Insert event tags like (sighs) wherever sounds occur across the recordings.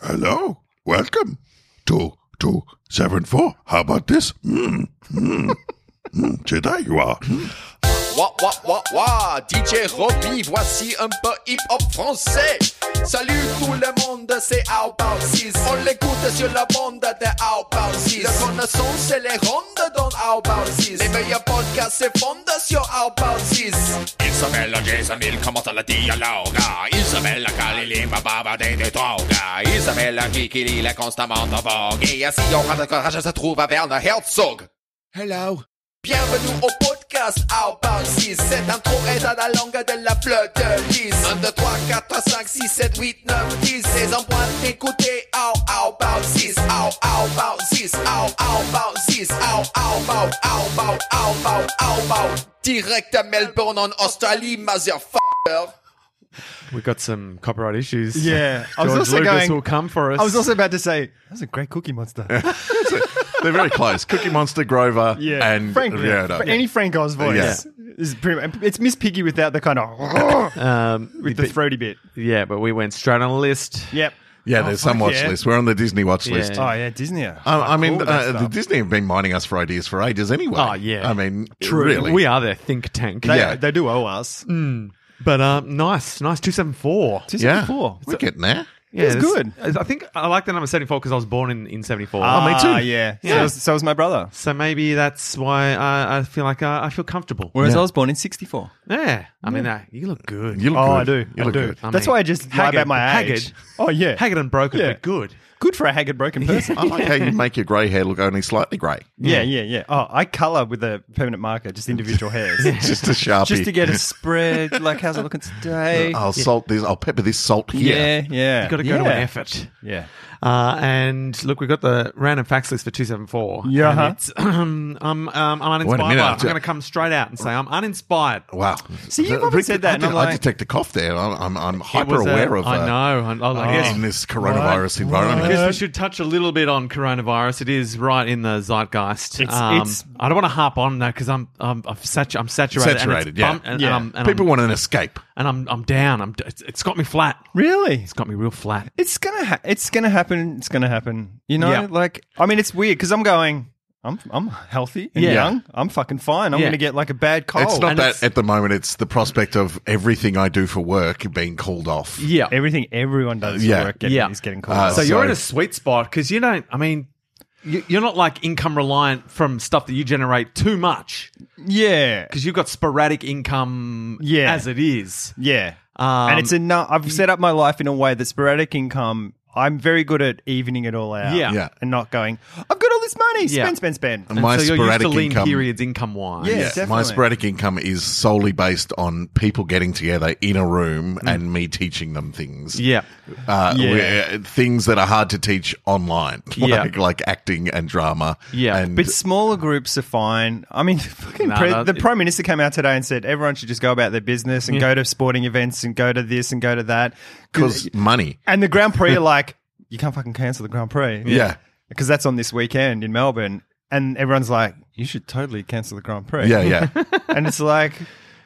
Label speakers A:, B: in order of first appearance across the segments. A: Hello. Welcome to to seven four. How about this? Mm, mm, mm, Jedi, you are. Mm.
B: Wah, wah, wah, wah, DJ Roby, voici un peu hip-hop français. Salut tout le monde, c'est Outbound 6. On l'écoute sur la bande de Outbound 6. Le connaissance et les rondes dans Outbound 6. Les meilleurs podcasts se fondent sur Outbound 6.
C: Isabella, Jason, il commence la dialoga. Isabella, Kalili, ma baba, des des droga. Isabella, Kiki, il est constamment en vogue. Et ainsi, on rend le courage, se trouve à Werner Herzog.
D: Hello.
B: Bienvenue au podcast Outbound 6. Cette intro est à la langue de la fleur de lys. 1, 2, 3, 4, 5, 6, 7, 8, 9, 10. C'est en point d'écouter Out, Outbound 6. Out, Outbound 6. Out, Outbound 6. Out, Outbound, Outbound, Outbound, Outbound. Direct à Melbourne en Australie, motherfucker.
E: We got some copyright issues.
D: Yeah, I was
E: George
D: also
E: Lucas
D: going-
E: will come for us.
D: I was also about to say that's a great Cookie Monster.
A: They're very close. Cookie Monster, Grover,
D: (laughs) Yeah,
A: and
D: Frank,
A: Rihanna.
D: any Frank Oz voice is pretty. much- It's Miss Piggy without the kind
A: (laughs)
D: of
E: um,
D: with the
E: but-
D: throaty bit.
E: Yeah, but we went straight on a list.
D: Yep.
A: Yeah,
D: Oh,
A: there's
D: fuck
A: some watch
D: yeah.
A: list. We're on the Disney watch
E: Yeah.
A: list. Uh,
D: Oh yeah, Disney. are
A: Um, I, I mean,
D: cool with that
A: uh, the
D: stuff.
A: Disney have been mining us for ideas for ages anyway.
E: Oh, yeah.
A: I mean, really.
E: We are their think tank.
D: They,
A: yeah.
D: they do owe us.
E: But um, nice, nice 274.
D: Two
A: Yeah.
D: seventy-four.
A: We're getting there.
E: Yeah,
D: It's
E: that's-
D: good.
E: I think I like the number 74 because I was born in, in 74.
A: oh,
D: Ah, Yeah. So,
E: Yeah.
D: was, so was my brother.
E: So maybe that's why I, I feel like uh, I, I feel comfortable.
D: Whereas I was born in '64.
E: Yeah. I mean, uh, you look good.
A: You look
D: Oh,
A: good.
D: I do.
A: You
D: I
A: look
D: do.
A: good.
E: I
D: That's
E: mean,
D: why I just lie about
E: haggard-
D: my
E: haggard.
D: age. Oh yeah,
E: Haggard and broken,
D: Yeah.
E: but good.
D: Good for a haggard broken person.
A: I like how you make your grey hair look only slightly grey.
D: yeah, yeah, yeah. Oh, I color with a permanent marker, just individual hairs,
A: (laughs) Just a sharpie. Oh,
D: just to get a spread. Like, how's it looking today?
A: I'll salt this. I'll pepper this salt here.
D: yeah, yeah.
E: you got to go
D: yeah.
E: to an effort.
D: Yeah.
E: Uh, and look, we've got the random facts list for 274.
D: Yeah, uh-huh.
E: And
D: huh?
E: it's, (clears throat) um, I'm, um, I'm
A: Wait
E: uninspired.
A: a
E: by it.
A: minute.
E: I'm going to come straight out and say I'm uninspired.
A: Wow.
D: See, you
A: Uh,
D: probably
A: Rick,
D: said that,
A: I,
D: and
A: did-
D: I'm
A: I
D: like-
A: detect a cough there. I'm, I'm, I'm
E: It
A: hyper
E: was a-
A: aware of
E: I
A: uh,
E: know. I, I guess
A: in this coronavirus
E: I
A: environment.
E: guess we should touch a little bit on coronavirus. It is right in the zeitgeist.
D: It's-
E: um,
D: it's-
E: I don't want to harp on that because I'm I'm I've satu- I'm saturated. and
A: Saturated,
E: it's
A: yeah.
E: bum- and,
D: Yeah.
E: And, I'm, and,
A: People
E: I'm,
A: want an escape.
E: and I'm I'm down. I'm d- it's, it's got me flat.
D: Really?
E: It's got me real flat.
D: It's gonna ha- it's gonna happen. It's gonna happen. You know,
E: Yeah.
D: like I mean, it's weird because I'm going. I'm I'm healthy and
E: Yeah.
D: young. I'm fucking fine. I'm
E: Yeah.
D: gonna get like a bad cold.
A: it's not
E: Oh, and
A: that
E: it's-
A: at the moment. It's the prospect of everything I do for work being called off.
E: Yeah.
D: everything everyone does.
A: Yeah.
D: Yeah, work getting,
E: Yeah.
D: is getting cold.
A: Uh, so-
E: so you're in a sweet spot because you don't. I mean, you, you're not like income reliant from stuff that you generate too much
D: yeah,
E: because you've got sporadic income
D: Yeah.
E: as it is.
D: yeah.
E: Um,
D: and it's enough. I've set up my life in a way that sporadic income. I'm very good at evening it all out.
E: Yeah.
A: Yeah.
D: and not going. I've got all this money.
E: Yeah.
D: Spend, spend, spend.
A: And my
E: so you're
A: sporadic
E: used to lean
A: income.
E: periods income wise.
D: Yeah,
A: Yeah, my
D: definitely.
A: sporadic income is solely based on people getting together in a room and me teaching them things.
E: Mm. Yeah.
A: Uh,
D: Yeah.
A: where- Things that are hard to teach online, (laughs)
E: Yeah.
A: like, like acting and drama.
E: Yeah.
A: and
D: But smaller groups are fine. I mean, (laughs) fucking
E: No,
D: pre-
E: no,
D: the
E: it-
D: prime minister came out today and said everyone should just go about their business and go to sporting events and go to this and go to that. 'Cause-
E: uh,
A: because money.
D: and the Grand Prix are like, you can't fucking cancel the Grand Prix.
A: Yeah.
D: because that's on this weekend in Melbourne, and everyone's like, you should totally cancel the Grand Prix.
A: Yeah,
E: (laughs)
A: yeah.
D: (laughs) and it's like,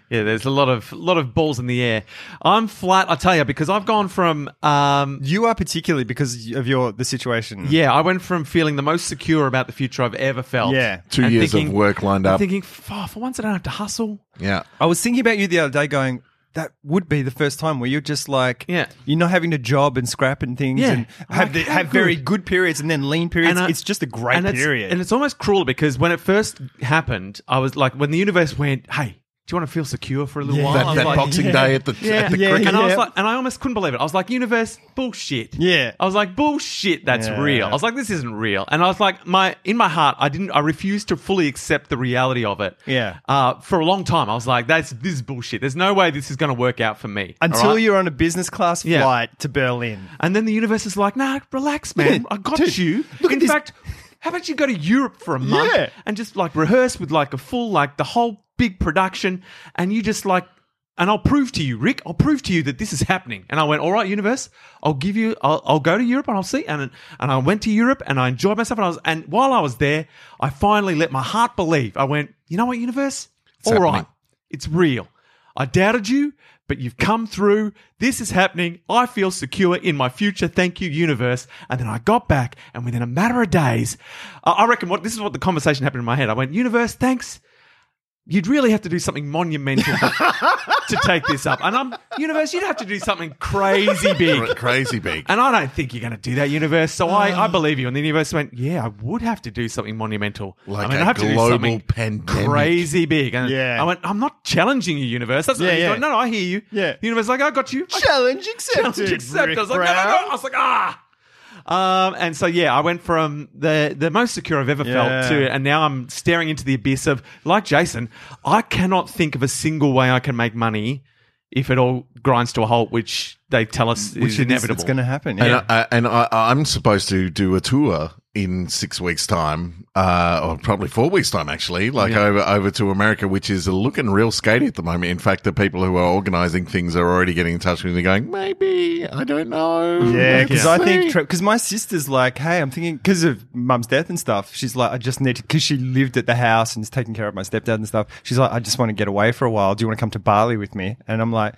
E: Yeah, there's a lot of lot of balls in the air. I'm flat, I tell you, because I've gone from um,
D: you are particularly because of your the situation.
E: yeah, I went from feeling the most secure about the future I've ever felt.
D: Yeah.
A: Two
E: and
A: years of work lined
E: I'm
A: up.
E: thinking, "Fuck, for once I don't have to hustle.
A: yeah.
D: I was thinking about you the other day, going. That would be the first time where you're just like,
E: Yeah.
D: you're not having to job and scrap and things,
E: Yeah.
D: and
E: I'm like,
D: have the,
E: how
D: have
E: good.
D: very good periods and then lean periods.
E: I-
D: it's just a great
E: and it's-
D: period.
E: and it's almost cruel because when it first happened, I was like, when the universe went, hey, do you want to feel secure for a little
D: Yeah.
E: while? I
A: That,
E: was
A: that
E: like,
A: boxing
D: yeah.
A: day at the,
E: Oh, Yeah,
A: at the
D: yeah,
A: cricket.
E: and I was
D: yeah.
E: like, and I almost couldn't believe it. I was like, universe, bullshit.
D: Yeah.
E: I was like, bullshit. That's
D: Yeah.
E: real. I was like, this isn't real. And I was like, my in my heart, I didn't, I refused to fully accept the reality of it.
D: Yeah.
E: Uh, for a long time, I was like, that's this is bullshit. There's no way this is going to work out for me
D: until
E: All right?
D: you're on a business class
E: Yeah.
D: flight to Berlin.
E: And then the universe is like, nah, relax, man.
D: Yeah,
E: I got
D: dude,
E: you.
D: look
E: in
D: at this-
E: fact, how about you go to Europe for a month
D: Yeah.
E: and just like rehearse with like a full, like the whole big production, and you just like, and I'll prove to you, Rick, I'll prove to you that this is happening. And I went, all right, universe, I'll give you, I'll, I'll go to Europe and I'll see. And and I went to Europe and I enjoyed myself. And I was, and while I was there, I finally let my heart believe. I went, you know what, universe, all right,
A: happening.
E: it's real. I doubted you, but you've come through. This is happening. I feel secure in my future. Thank you, universe. And then I got back, and within a matter of days, I I reckon what this is what the conversation happened in my head. I went, universe, thanks. You'd really have to do something monumental (laughs) to take this up. And I'm, universe, you'd have to do something crazy big.
A: Crazy big.
E: And I don't think you're going to do that, universe. So
D: (sighs)
E: I, I believe you. And the universe went, yeah, I would have to do something monumental.
A: Like
E: I mean,
A: a
E: I have to do
A: global
E: something
A: pandemic.
E: crazy big. And
D: Yeah.
E: I went, I'm not challenging you, universe. That's
D: Yeah,
E: what he's
D: yeah.
E: going, no, no, I hear you.
D: Yeah.
E: The universe is like, I got you. I
D: Challenge
E: challenge
D: accepted.
E: accepted.
D: Rick
E: I was like, no, no,
D: Brown.
E: no. I was like, ah. Um, and so yeah, I went from the the most secure I've ever felt
D: Yeah.
E: to, and now I'm staring into the abyss of like Jason. I cannot think of a single way I can make money if it all grinds to a halt, which they tell us
D: Which
E: is
D: is-
E: inevitable.
D: It's going to happen.
A: And,
D: Yeah.
A: I, I, and I, I'm supposed to do a tour in six weeks' time, uh, or probably four weeks' time, actually, like over over to America, which is looking real skatey at the moment. In fact, the people who are organising things are already getting in touch with me, going, "Maybe I don't know."
D: Yeah, because I
A: Let's see."
D: think because my sister's like, hey, I'm thinking because of mum's death and stuff. She's like, I just need to because she lived at the house and is taking care of my stepdad and stuff. She's like, I just want to get away for a while. Do you want to come to Bali with me? And I'm like.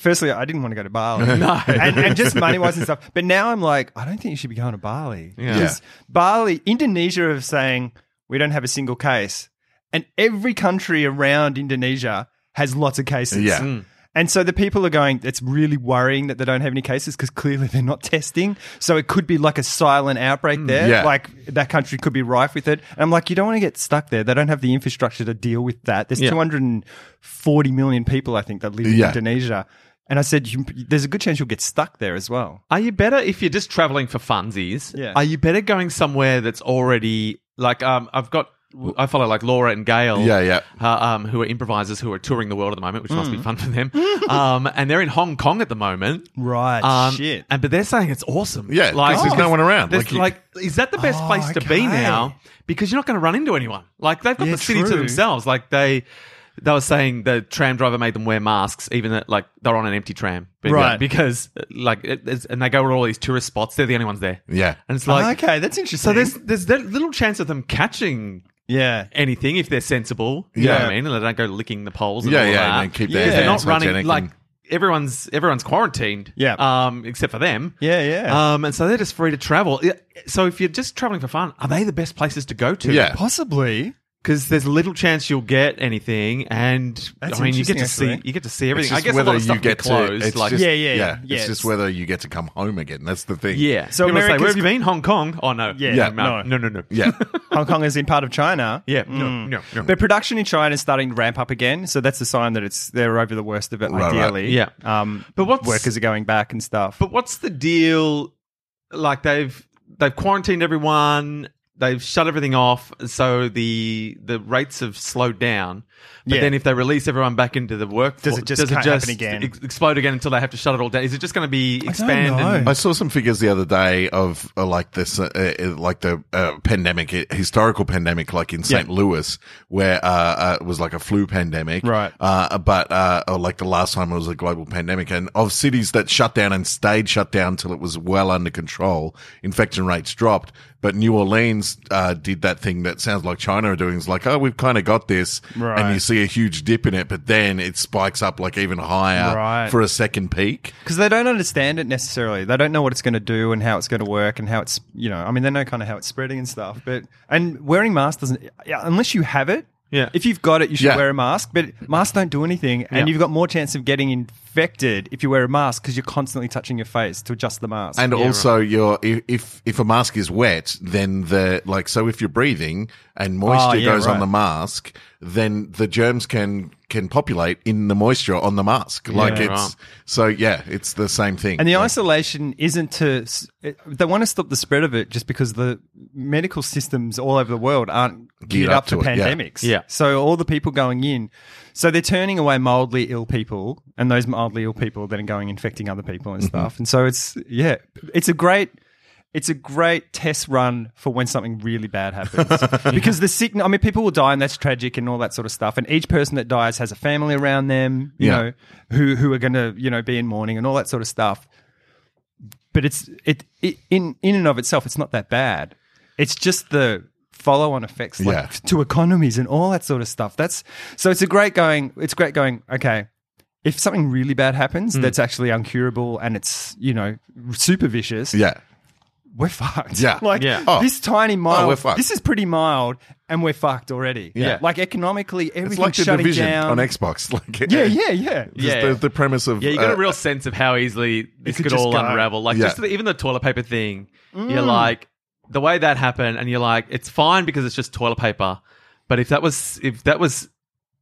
D: Firstly, I didn't want to go to Bali. (laughs) no. And, and just money wise and stuff. But now I'm like, I don't think you should be going to Bali. Because Bali, Indonesia are saying, we don't have a single case. And every country around Indonesia has lots of cases.
A: Yeah.
D: Mm. And so the people are going, it's really worrying that they don't have any cases because clearly they're not testing. So it could be like a silent
E: Mm.
D: outbreak there.
A: yeah.
D: Like that country could be rife with it. And I'm like, you don't want to get stuck there. They don't have the infrastructure to deal with that. There's
E: Yeah.
D: 240 million people, I think, that live in
A: Yeah.
D: Indonesia. And I said, you, there's a good chance you'll get stuck there as well.
E: Are you better if you're just traveling for funsies?
D: Yeah.
E: Are you better going somewhere that's already like um I've got I follow like Laura and Gail.
A: Yeah, yeah. Mm.
E: Uh, um, who are improvisers who are touring the world at the moment, which must be fun for them. (laughs) um, and they're in Hong Kong at the moment.
D: Right.
E: Um,
D: shit.
E: And but they're saying it's awesome.
A: Yeah, 'cause there's no one around.
E: There's,
A: Like you-
E: like, is that the best
D: Oh,
E: place to be
D: okay.
E: now? Because you're not going to run into anyone. Like they've got
D: Yeah,
E: the city to
D: true.
E: themselves. Like they. They were saying the tram driver made them wear masks, even that like they're on an empty tram, But-
D: Right.
E: Because like, it, it's- and they go to all these tourist spots. They're the only ones there,
A: Yeah.
E: and it's like,
D: Oh, okay, that's interesting.
E: so there's there's that little chance of them catching
D: yeah.
E: anything if they're sensible. You know
A: Yeah.
E: what I mean, and they don't go licking the poles. And
A: Yeah,
E: all
A: yeah,
E: that.
A: and keep
D: Yeah.
A: their
E: Because they're
A: hands
E: not running
A: hygienic
E: like
A: and-
E: everyone's everyone's quarantined.
D: Yeah.
E: um, except for them.
D: Yeah, yeah.
E: Um, and so they're just free to travel. Yeah, So if you're just traveling for fun, are they the best places to go to?
A: yeah.
D: Possibly.
E: because there's little chance you'll get anything, and
D: That's
E: I mean you get
D: interesting,
E: to see
D: actually.
E: you get to see
A: It's
E: everything. I
A: just
E: guess a lot
A: whether
E: of stuff
A: you get
E: closed.
A: to. It's
E: like
A: just,
D: Yeah, yeah, yeah.
A: It's
D: Yeah,
A: just
D: it's-
A: whether you get to come home again. That's the thing.
E: yeah.
D: So
E: So People say,
D: America's-
E: where have you been? Hong Kong? Oh no.
D: Yeah, Mm.
E: No. No. No.
D: no.
E: No.
A: Yeah.
E: (laughs)
D: Hong Kong is in part of China.
E: Yeah. No. No. no.
D: But production in China is starting to ramp up again, so that's a sign that it's they're over the worst of it.
A: Right, right.
D: ideally,
E: Yeah.
D: Um,
E: But
D: but
E: what's-
D: what workers are going back and stuff.
E: But what's the deal? Like they've they've quarantined everyone. They've shut everything off, so the the rates have slowed down. But
D: Yeah.
E: then, if they release everyone back into the workforce,
D: Does it just ca- happen again?
E: ex- explode again until they have to shut it all down? Is it just going to be
D: don't
E: expand?
D: know.
E: and-
A: I saw some figures the other day of uh, like this, uh, uh, like the uh, pandemic, uh, historical pandemic, like in St. Louis, where uh, uh, it was like a flu pandemic,
D: Right.
A: Uh, but uh, or like the last time it was a global pandemic, and of cities that shut down and stayed shut down till it was well under control, infection rates dropped. But New Orleans uh, did that thing that sounds like China are doing. It's like, oh, we've kind of got this, and
D: Right.
A: you see a huge dip in it, but then it spikes up like even higher
D: Right.
A: for a second peak.
D: Because they don't understand it necessarily. They don't know what it's going to do and how it's going to work and how it's you know. I mean, they know kind of how it's spreading and stuff. But and wearing masks doesn't yeah, unless you have it.
E: Yeah.
D: If you've got it, you should
A: Yeah.
D: wear a mask. But masks don't do anything, and
E: Yeah.
D: you've got more chance of getting infected if you wear a mask because you're constantly touching your face to adjust the mask.
A: And also, your if- if if a mask is wet, then the like so if you're breathing and moisture
D: Oh, yeah,
A: goes on
D: right.
A: the mask, then the germs can can populate in the moisture on the mask. Like
E: Yeah,
A: it's
E: right.
A: so yeah, it's the same thing.
D: And the
A: Like,
D: isolation isn't to. s- it- They want to stop the spread of it just because the medical systems all over the world aren't geared,
A: up
D: up,
A: to
D: to
A: it, yeah.
D: pandemics.
E: Yeah.
D: So all the people going in, so they're turning away mildly ill people, and those mildly ill people then are going infecting other people
A: Mm-hmm.
D: and stuff. And so it's yeah, it's a great. It's a great test run for when something really bad happens. (laughs) because the sick, I mean, people will die and that's tragic and all that sort of stuff. And each person that dies has a family around them, you
A: Yeah.
D: know, who, who are going to, you know, be in mourning and all that sort of stuff but it's it, it in in and of itself it's not that bad it's just the follow on effects like
A: Yeah.
D: to economies and all that sort of stuff that's so it's a great going it's great going okay if something really bad happens
A: Hmm.
D: that's actually uncurable and it's you know super vicious,
A: Yeah.
D: we're fucked.
A: Yeah.
D: (laughs) like
E: Yeah.
A: Oh.
D: this tiny mild.
A: we're fucked.
D: This is pretty mild, and we're fucked already.
A: Yeah.
D: like economically,
A: It's
D: everything's
A: like the
D: shutting
A: division
D: down.
A: on Xbox. (laughs) Like,
D: yeah, yeah, yeah,
A: Just
E: Yeah.
A: The, the premise of
E: Yeah, you got
A: uh,
E: a real sense of how easily this
D: could
E: could,
D: just
E: all
D: go.
E: unravel. Like
A: Yeah. Mm.
E: just the, even the toilet paper thing, you're like the way that happened, and you're like, it's fine because it's just toilet paper. But if that was if that was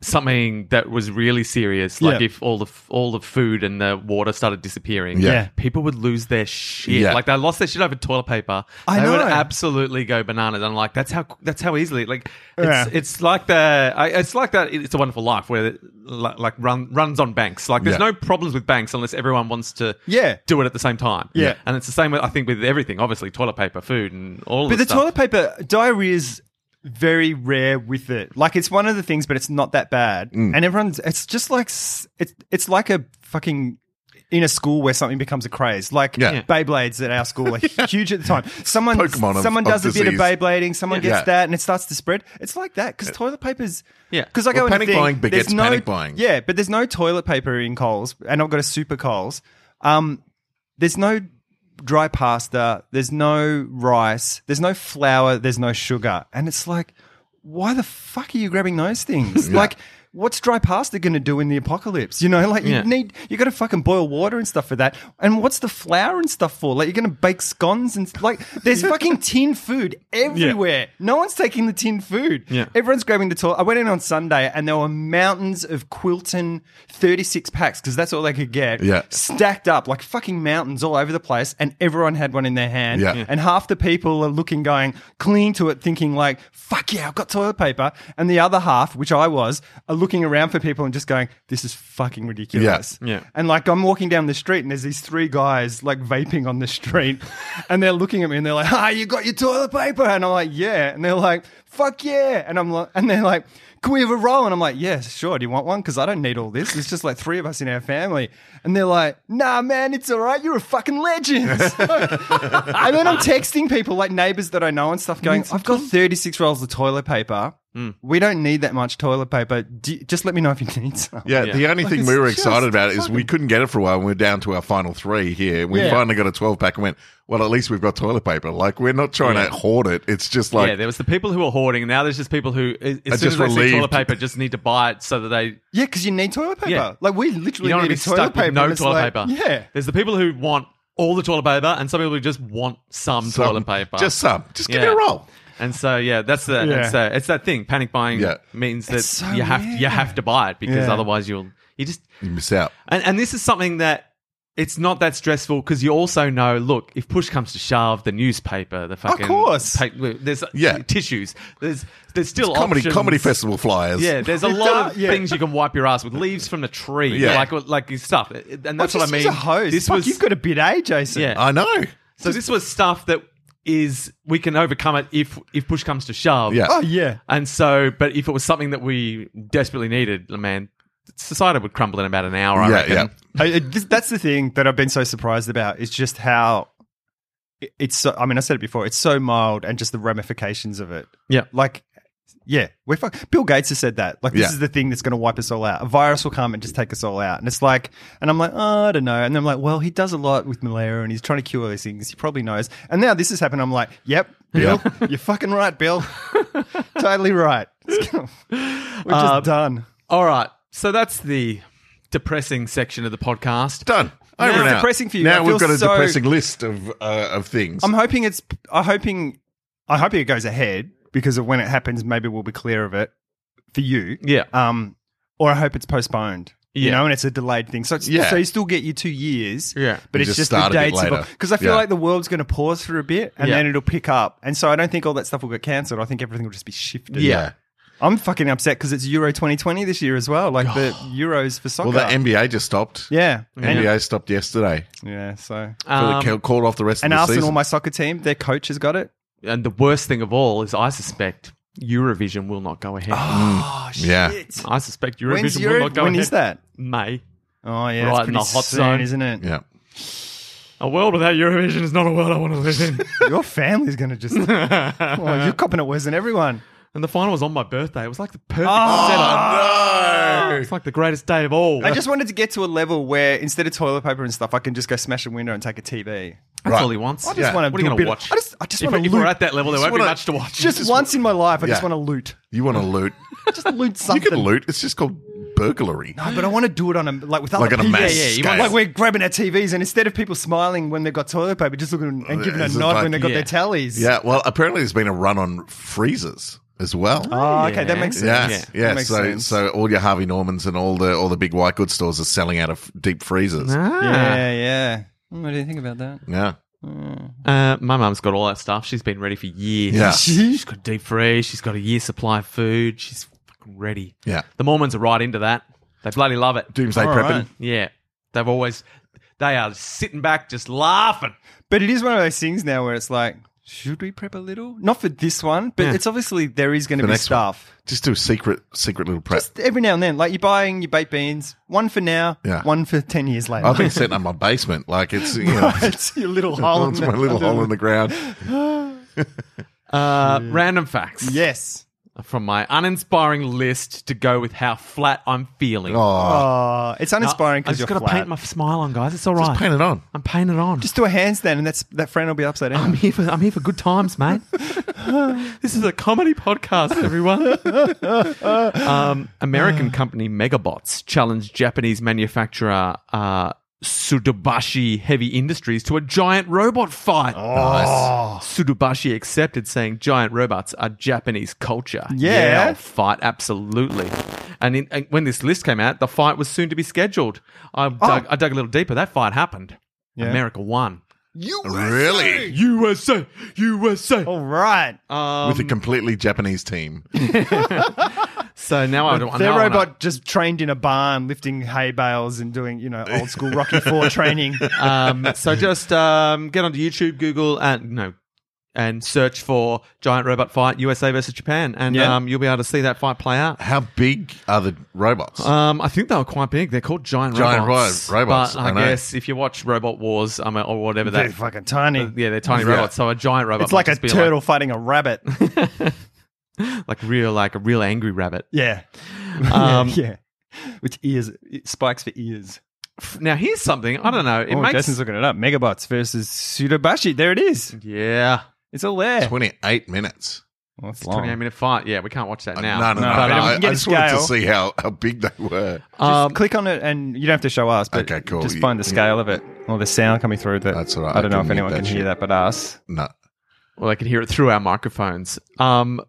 E: something that was really serious, like
D: Yeah.
E: if all the f- all the food and the water started disappearing,
A: Yeah.
D: Yeah.
E: people would lose their shit.
A: Yeah.
E: Like they lost their shit over toilet paper.
D: I
E: they would
D: know.
E: absolutely go bananas. And like that's how that's how easily like it's
D: Yeah.
E: it's like the I, it's like that. It's a Wonderful Life where it, li- like run runs on banks. Like there's
A: Yeah.
E: no problems with banks unless everyone wants to
D: Yeah.
E: do it at the same time.
D: Yeah.
E: and it's the same. with I think with everything, obviously toilet paper, food, and all. Of
D: But the
E: stuff.
D: toilet paper diarrhea's very rare with it. Like it's one of the things, but it's not that bad.
A: Mm.
D: And everyone's it's just like s- it's it's like a fucking in a school where something becomes a craze. Like
A: Yeah. Yeah.
D: Beyblades at our school are
A: (laughs)
D: huge at the time. Someone
A: Pokemon of-
D: someone
A: of
D: does a bit of
A: disease.
D: Beyblading, someone
A: Yeah.
D: gets that and it starts to spread. It's like that because toilet paper's
E: Yeah.
D: Because I go
A: Well,
D: in
A: panic buying begets
D: no,
A: panic buying.
D: Yeah, but there's no toilet paper in Coles, and I've got a super Coles. Um, there's no dry pasta, there's no rice, there's no flour, there's no sugar. And it's like, why the fuck are you grabbing those
E: (laughs)
D: things? Like, what's dry pasta going to do in the apocalypse? You know, like you
E: Yeah.
D: need, you got to fucking boil water and stuff for that. And what's the flour and stuff for? Like, you're going to bake scones and like,
E: (laughs)
D: there's fucking tin food everywhere. No one's taking the tin food.
E: Yeah.
D: Everyone's grabbing the toilet. I went in on Sunday and there were mountains of Quilton 36 packs because that's all they could get
A: Yeah.
D: stacked up like fucking mountains all over the place, and everyone had one in their hand.
A: Yeah. Yeah.
D: And half the people are looking, going, clinging to it, thinking like, "Fuck yeah, I've got toilet paper," and the other half, which I was, are looking around for people and just going, "This is fucking ridiculous."
E: Yeah. Yeah.
D: And like I'm walking down the street, and there's these three guys like vaping on the street, and they're looking at me, and they're like, "Ah, you got your toilet paper?" And I'm like, "Yeah," and they're like, "Fuck yeah," and I'm like, and they're like. Can we have a roll? And I'm like, yeah, sure. Do you want one? Because I don't need all this. It's just like three of us in our family. And they're like, nah, man, it's all right. You're a fucking legend. (laughs) and then I'm texting people, like neighbors that I know and stuff, going, I've got 36 rolls of toilet paper. We don't need that much toilet paper. Do you- just let me know if you need some.
A: Yeah, the only thing we
D: it's
A: were
D: just
A: excited about is we couldn't get it for a while, and we're down to our final three here. We
D: Yeah.
A: finally got a twelve pack and went. Well, at least we've got toilet paper. Like we're not trying to hoard it. It's just like
E: yeah, there was the people who were hoarding. and Now there's just people who, as as soon
A: just
E: as they see toilet
A: relieved.
E: paper, just need to buy it so that they
D: Yeah, because you need toilet paper.
E: Yeah.
D: Like, we
E: you
D: literally
E: don't want
D: need
E: to be
D: a toilet
E: stuck
D: paper.
E: with no
D: and it's
E: toilet
D: like-
E: paper.
D: Yeah.
E: there's the people who want all the toilet paper, and some people who just want some,
A: some-
E: toilet paper.
A: Just some. Just give me
E: Yeah.
A: a roll.
E: And so yeah, that's the
D: Yeah.
E: It's, uh, it's that thing. Panic buying
A: Yeah.
E: means that
D: It's so
E: you have you
D: weird.
E: have to buy it because
D: Yeah.
E: otherwise you'll you just
A: You miss out.
E: and, and this is something that it's not that stressful because you also know. Look, if push comes to shove, the newspaper, the fucking
D: course.
E: pa- there's
A: Yeah.
E: tissues. There's there's still
A: Comedy
E: options.
A: comedy festival flyers.
E: Yeah, there's
D: (laughs)
E: a
D: It
E: lot
D: does,
E: of
D: yeah.
E: things you can wipe your ass with. Leaves from the tree,
A: Yeah.
E: like like stuff. And that's
D: Well,
E: what I
D: just
E: mean.
D: use a hose.
E: This
D: Fuck,
E: was
D: you've got a bit A, Jason.
E: yeah.
A: I know.
E: so this was stuff that is we can overcome it if if push comes to shove.
A: Yeah.
D: Oh, yeah.
E: And so, but if it was something that we desperately needed, man, society would crumble in about an hour. I
A: yeah,
E: reckon.
A: yeah.
D: I, I- this, that's the thing that I've been so surprised about is just how it- it's. So, I mean, I said it before. It's so mild, and just the ramifications of it.
E: Yeah.
D: like yeah, we're fuck. Bill Gates has said that. Like, this
A: Yeah.
D: is the thing that's going to wipe us all out. A virus will come and just take us all out. And it's like, and I'm like, oh, I don't know. And then I'm like, well, he does a lot with malaria, and he's trying to cure all these things. He probably knows. And now this has happened. I'm like, yep, Bill, you're fucking right, Bill. totally right. It's gonna- We're just
E: Uh,
D: done.
E: All right. So that's the depressing section of the podcast.
A: Done. Over
D: it's
A: and out.
D: depressing for you.
A: Now
D: I
A: we've
D: feel
A: got a
D: so-
A: depressing list of uh, of things.
D: I'm hoping it's. I'm hoping. I hope it goes ahead because of when it happens, maybe we'll be clear of it for you.
E: Yeah.
D: Um, or I hope it's postponed. You
E: Yeah.
D: know, and it's a delayed thing. So, it's,
A: Yeah.
D: so you still get your two years.
E: Yeah.
D: But
A: You
D: it's
A: just
D: just,
A: start
D: the
A: a bit
D: dates
A: later.
D: because I feel
A: Yeah.
D: like the world's going to pause for a bit and
E: Yeah.
D: then it'll pick up. And so I don't think all that stuff will get cancelled. I think everything will just be shifted.
E: Yeah.
D: I'm fucking upset because it's Euro 2020 this year as well. Like
A: (sighs)
D: the Euros for soccer.
A: Well, the NBA just stopped.
D: yeah. And-
A: NBA stopped yesterday.
D: yeah. So.
E: Um,
A: so they called off the rest
D: And
A: of the
D: Arsenal,
A: season.
D: my soccer team, their coach has got it.
E: and the worst thing of all is I suspect Eurovision will not go ahead.
D: Oh,
A: Mm. Yeah.
E: I suspect Eurovision
D: When's
E: will
D: Euro?
E: not go
D: when
E: ahead.
D: is that?
E: May.
D: Oh yeah,
E: Right
D: it's
E: in
D: pretty
E: the hot
D: soon,
E: zone.
D: isn't it?
A: yeah.
E: A world without Eurovision
D: (laughs)
E: is not a world I want to live in.
D: Oh, Your family's gonna just. well, you're copping it worse than everyone.
E: And the final was on my birthday. It was like the perfect
D: Oh,
E: setup. It's like the greatest day of all.
D: I just wanted to get to a level where instead of toilet paper and stuff, I can just go smash a window and take a TV.
E: That's all he wants.
D: I just want to
E: What are you
D: do a
E: gonna
D: bit.
E: watch?
D: Of, I just, I just
E: if,
D: want to
E: if
D: loot.
E: we're at that level, there
A: Just
E: won't be
A: wanna-
E: much to watch.
D: (laughs) just once in my life, I just
A: Yeah.
D: want to loot.
A: You
D: (laughs)
A: want to loot?
D: Just loot
A: you
D: something.
A: can loot. It's just called burglary.
D: No, but I want to do it on a like with other
A: Like on a
D: people.
A: mass Yeah, yeah, you want- scale.
D: like we're grabbing our TVs and instead of people smiling when they've got toilet paper, just looking and giving a
A: It's
D: nod
A: like-
D: when they've got
E: yeah.
D: their tallies.
A: Yeah. Well, apparently there's been a run on freezers as well.
D: Oh, okay, that
E: Yeah.
D: makes
A: Yeah,
D: sense.
A: yeah.
D: That makes
A: So,
D: sense.
A: so all your Harvey Normans and all the all the big white goods stores are selling out of deep freezers.
E: Ah.
D: yeah, yeah. Mm, What do you think about that?
A: Yeah,
E: Uh, my mum's got all that stuff. She's been ready for years.
A: Yeah.
E: She's got deep freeze. She's got a year's supply of food. She's fucking ready.
A: yeah.
E: The Mormons are right into that. They bloody love it.
A: Doomsday
D: All
A: prepping.
D: right.
E: Yeah. They've always, they are sitting back just laughing.
D: (laughs) But it is one of those things now where it's like, should we prep a little? Not for this one, but
E: Yeah.
D: it's obviously there is going to
A: The
D: be
A: next one.
D: stuff.
A: Just do a secret secret little prep.
D: Just every now and then, like you're buying your baked beans, one for now,
A: Yeah.
D: one for ten years later.
A: I've been setting up my basement like it's you know
D: (laughs) it's
A: (laughs)
D: your little hole. in
A: it's
D: the-
A: my little hole in the ground.
E: Uh, Random facts
D: (laughs) Yes.
E: from my uninspiring list to go with how flat I'm feeling.
A: Oh,
D: Oh, it's uninspiring
E: I
D: because you're
E: just got to
D: flat.
E: paint my smile on, guys. It's all
D: Oh,
A: just
E: right.
A: paint it on.
E: I'm painted on.
D: Just do a handstand, and that's that friend will be upside
E: I'm
D: down.
E: here for I'm here for good times,
D: (laughs)
E: mate. this is a comedy podcast, everyone. um,
D: Uh.
E: American company Megabots challenged Japanese manufacturer uh, Sudobashi Heavy Industries to a giant robot fight.
D: Oh.
A: Nice.
E: Sudobashi accepted, saying giant robots are Japanese culture.
D: Yeah.
E: I'll fight absolutely. And, in, and when this list came out, the fight was soon to be scheduled. I dug, I dug a little deeper. That fight happened.
D: Oh. Yeah.
E: America won.
D: Oh,
A: Really?
E: USA, USA.
D: (laughs) All right.
A: With a
D: Um,
A: completely Japanese team.
E: So now I don't.
D: Their
E: now I
D: robot just trained in a barn, lifting hay bales and doing you know old school Rocky Four training.
A: (laughs)
E: wanna- Um, so just um, get onto YouTube, Google, and no, and search for giant robot fight USA versus Japan, and
D: Yeah.
E: um, you'll be able to see that fight play out.
A: How big are the robots?
D: Uh,
E: Um, I think they were quite big. They're called giant,
A: Giant
E: robots.
A: ro- robots,
E: But
A: I
E: I,
A: know.
E: guess if you watch Robot Wars um, or whatever
D: They're
E: that,
D: fucking tiny.
E: yeah, they're tiny
A: Yeah.
E: robots. So a giant robot,
D: It's like
E: might
D: a
E: just be
D: turtle fighting a (laughs) rabbit.
E: like, like real, like a real angry rabbit.
D: (laughs) Yeah.
E: Um,
D: yeah. Which ears? It spikes for ears.
E: Now here's something I don't know. It
D: oh,
E: makes
D: Jason's looking it up. Megabots versus Sudobashi. There it is.
E: yeah.
D: It's all there.
A: 28 minutes.
D: Well, it's long.
E: 28 minute fight. Yeah, we can't watch that
A: Uh,
E: now.
A: No, no, no. no,
D: No, but if we
A: I,
D: can get
A: I
D: a
A: just wanted to
D: scale-
A: see how, how big they were.
E: Um,
D: Click on it, and you don't have to show us, but
A: Okay, cool.
D: just find the scale of it or the sound coming through. That
A: That's all right.
D: I don't
A: I
D: know
A: can mute
D: if anyone
A: that
D: can
A: shit.
D: hear that, but us.
A: No.
E: Well, I could hear it through our microphones. Um,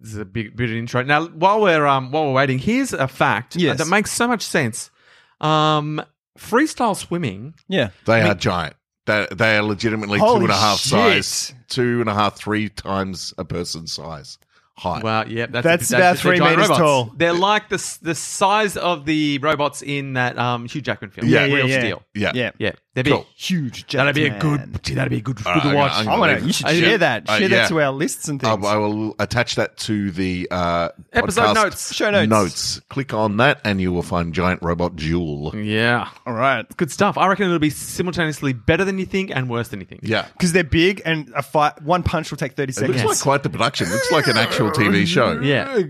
E: this is a big bit of intro. Now, while we're um, while we're waiting, here's a fact
D: Yes.
E: that makes so much sense. Um, freestyle swimming.
D: Yeah,
A: They are giant. They, they are legitimately two
D: Holy
A: and a half
D: shit.
A: size, two and a half, three times a person's size height.
E: Well, yeah, that's,
D: That's
E: they're
D: about
E: just- they're
D: three
E: giant
D: meters
E: robots.
D: tall.
E: They're like the s- the size of the robots in that um, Hugh Jackman film.
A: Yeah, yeah,
E: Real
D: yeah.
E: Steel.
A: yeah.
D: yeah,
E: Yeah, they're big.
A: Cool.
D: Huge.
E: That'd be a
D: Jetman.
E: good. gee, That'd be a good. Good
A: All right, I'm
E: watch.
A: gonna-
D: I
A: I'm
D: want
A: gonna-
D: to. You should
A: Uh,
D: share that.
A: uh,
D: Share that
A: yeah.
D: to our lists and
A: I,
D: things.
A: I will attach that to the uh,
E: Episode
A: podcast
E: notes.
D: Show notes.
A: Click on that, and you will find giant robot jewel.
E: Yeah,
D: All right,
E: good stuff. I reckon it'll be simultaneously better than you think and worse than you think.
A: Yeah,
D: because they're big, and a fight, one punch will take thirty
A: it
D: seconds.
A: looks like quite the production. Looks like an actual TV show.
E: Yeah.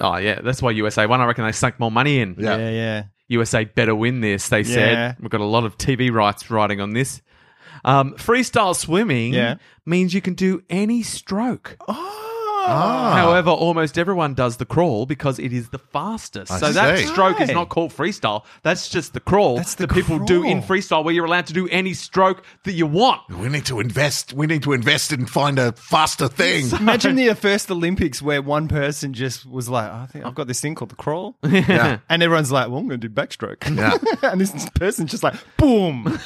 E: Oh, yeah. That's why USA won. I reckon they sunk more money in.
A: Yeah.
D: yeah, yeah.
E: USA better win this, they
D: Yeah.
E: said. We've got a lot of TV rights riding on this. Um, freestyle swimming
D: Yeah.
E: means you can do any stroke.
A: Oh. Ah.
E: However, almost everyone does the crawl because it is the fastest.
A: I
E: so that
A: see.
E: stroke is
D: Right.
E: not called freestyle. That's just the crawl
D: That's the
E: that people do
D: crawl.
E: in freestyle where you're allowed to do any stroke that you want.
A: We need to invest. We need to invest and find a faster thing.
D: Imagine the first Olympics where one person just was like, "Oh, "I think I've got this thing called the crawl,"
A: (laughs)
E: (laughs)
A: yeah.
D: and everyone's like, "Well, I'm going to do backstroke,"
A: Yeah.
D: (laughs) and this person's just like, "Boom,"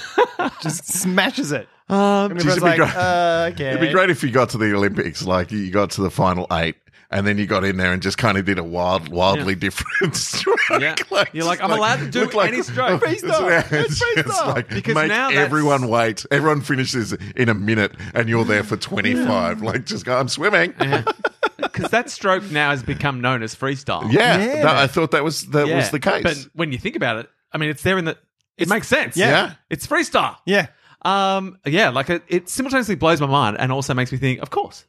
D: just smashes it.
E: Um,
D: And
A: Jeez,
D: everyone's
A: it'd be
D: like,
A: great.
D: uh, okay.
A: It'd be great if you got to the Olympics, like you got to the final eight, and then you got in there and just kind of did a wild, wildly different (laughs) stroke.
E: Yeah. You're like,
A: just
E: "I'm allowed to do
A: look (laughs)
E: any stroke."
A: It's-
D: Freestyle.
A: It's,
D: It's freestyle.
A: like
E: Because
A: make
E: now that's-
A: everyone wait. Everyone finishes in a minute, and you're there for 25. Like, just go. I'm swimming. Yeah,
E: Because that stroke now has become known as freestyle.
D: Yeah.
A: that- I thought that was that
E: Yeah.
A: was the case.
E: But when you think about it, I mean, it's there in the. It makes sense.
D: yeah.
A: Yeah.
E: It's freestyle.
D: Yeah.
E: Um, yeah, like it, it simultaneously blows my mind and also makes me think, of course.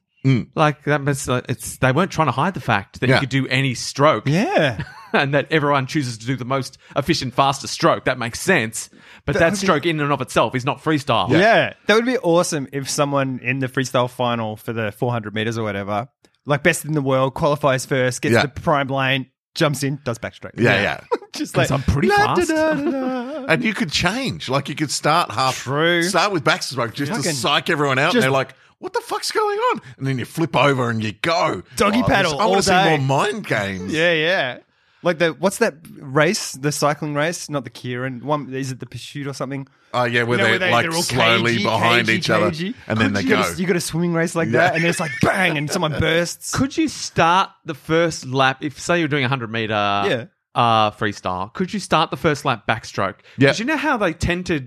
E: Like that, must- like, it's they weren't trying to hide the fact that
A: Yeah.
E: you could do any stroke,
D: Yeah.
E: (laughs) and that everyone chooses to do the most efficient, fastest stroke. That makes sense, but that, stroke in and of itself is not freestyle.
D: Yeah. That would be awesome if someone in the freestyle final for the 400 meters or whatever, like best in the world, qualifies first, gets
A: Yeah.
D: to prime lane, jumps in, does backstroke.
A: Yeah, yeah.
D: (laughs) Just
E: 'Cause
D: like,
E: I'm pretty fast.
D: la-da-da-da-da.
A: And you could change. Like you could start half
D: True.
A: start with backstroke just to
D: Fucking-
A: psych everyone out.
D: just-
A: and they're like, what the fuck's going on? And then you flip over and you go.
D: Doggy
A: this-
D: paddle
A: I
D: all
A: want to
D: day.
A: see more mind games.
D: yeah, yeah. Like the what's that race? The cycling race, not the Kieran one. Is it the pursuit or something?
A: Oh yeah, where
D: You know,
A: they're like
D: they're all
A: slowly
D: cagey,
A: behind
D: cagey,
A: each other.
D: cagey.
A: And then
D: Could
A: they
D: you
A: go.
D: Get a, you got a swimming race like
A: Yeah.
D: that, and it's like bang, and someone bursts.
E: Could you start the first lap if say you're doing a hundred meter
D: Yeah.
E: uh, freestyle? Could you start the first lap backstroke?
A: Yeah.
E: 'Cause you know how they tend to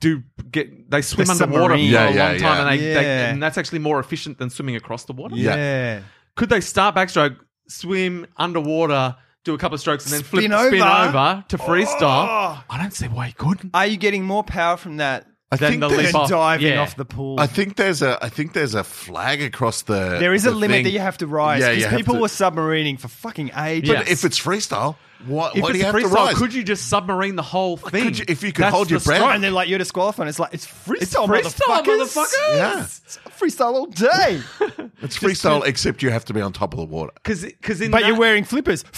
E: do get they swim
D: The
E: underwater for
D: submarine.
A: Yeah,
E: a
A: yeah,
E: long time,
A: yeah.
E: and, they, they,
D: Yeah.
E: and that's actually more efficient than swimming across the water.
A: Yeah.
D: yeah.
E: Could they start backstroke, swim underwater, do a couple of strokes, and then flip
D: Spin
E: spin
D: over.
E: over to freestyle? I don't see why you couldn't.
D: Are you getting more power from that
A: I
E: Then
A: think
E: the
A: there's-
E: leap off.
D: than diving
E: yeah.
D: off the pool?
A: I think there's a I think there's a flag across the
D: there is a
A: the
D: limit
A: thing.
D: that you have to rise
A: Yeah,
D: because
A: you have
D: people
A: to-
D: were submarining for fucking ages.
E: Yeah.
A: But if it's freestyle, why,
E: If
A: why do
E: it's
A: you have to
E: freestyle,
A: rise?
E: could you just submarine the whole thing?
A: you- if you could
E: That's
A: hold your
E: the
A: breath.
E: stroke.
D: and they're like, you're disqualified. It's like it's freestyle,
E: It's freestyle,
D: motherfuckers.
E: motherfuckers.
A: Yeah.
D: It's freestyle all day,
A: (laughs) it's freestyle, except you have to be on top of the water.
E: Because in
D: but
E: that,
D: you're wearing flippers.
E: (laughs)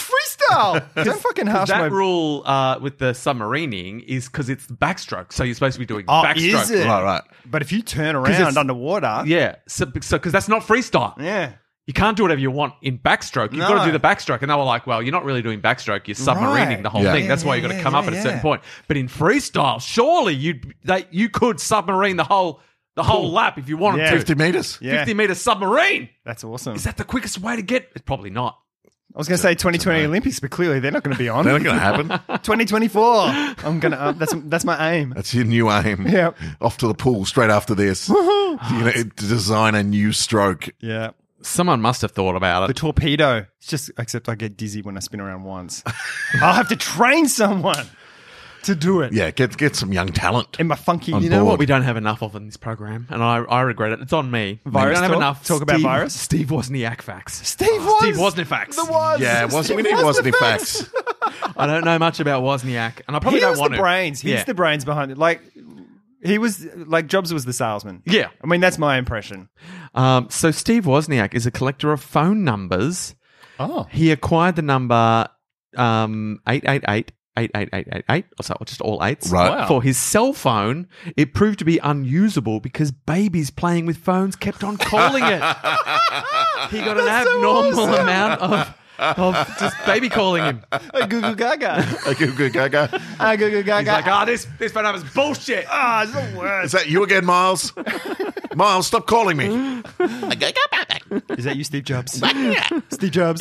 D: Freestyle. Don't fucking harsh
E: that
D: my
E: rule uh, with the submarining is because it's backstroke, so you're supposed to be doing
D: Oh,
E: backstroke.
D: is it?
A: Right, right.
D: But if you turn
E: it's-
D: around underwater,
E: Yeah, so because that's not freestyle.
D: yeah.
E: You can't do whatever you want in backstroke. You've
D: No.
E: got to do the backstroke, and they were like, "Well, you're not really doing backstroke. You're submarining
D: Right.
E: the whole
A: Yeah.
E: thing.
A: Yeah,
E: That's why
D: yeah,
E: you've got to
D: yeah,
E: come up
D: yeah,
E: at a certain
D: yeah.
E: point." But in freestyle, surely you that you could submarine the whole the whole lap if you wanted
D: Yeah.
E: to.
A: Fifty meters.
D: Yeah.
E: Fifty meter submarine.
D: That's awesome.
E: Is that the quickest way to get? It's probably not.
D: I was going to say 2020 Olympics, but clearly they're not going to be on.
A: They're not going to happen.
D: (laughs) 2024. I'm going to. Uh, that's that's
E: (laughs)
D: my aim.
A: That's your new aim.
D: Yeah.
A: Off to the pool straight after this. you know, to design a new stroke.
D: Yeah.
E: Someone must have thought about
D: The
E: it.
D: torpedo. It's just except I get dizzy when I spin around
E: (laughs)
D: once. I'll have to train someone to do it.
A: Yeah, get get some young talent.
D: In my funky.
A: On
D: You
E: You
D: know
E: know
A: board.
E: what? We don't have enough of in this program, and I, I regret it. It's on me.
D: Virus
E: we don't have
D: talk?
E: enough.
D: Talk about
E: Steve-
D: virus?
E: Steve Wozniak facts.
D: Steve was
E: Oh, Steve Wozniak facts.
D: The was.
A: Yeah, it wasn't, we need wasn't it facts.
E: I don't know much about Wozniak, and I probably
D: He
E: don't
D: was the
E: want to.
D: brains. He's
E: Yeah.
D: the brains behind it. Like he was. Like Jobs was the salesman.
E: Yeah.
D: I mean that's my impression.
E: Um, so Steve Wozniak is a collector of phone numbers. Oh. He acquired the number um, 888. 88888, or so, just all eights.
A: Right. Wow.
E: For his cell phone, it proved to be unusable because babies playing with phones kept on calling (laughs) it. he got an abnormal amount of, of just baby calling him.
D: A Google Gaga.
A: (laughs) Okay, go, go, go.
D: A Google
E: He's (laughs)
D: Gaga.
E: like, ah, this, this phone number's bullshit.
D: Ah, it's the
A: Is
D: worst.
A: that you again, Miles? Miles, stop calling me.
D: Is that you, Steve Jobs? Steve Jobs.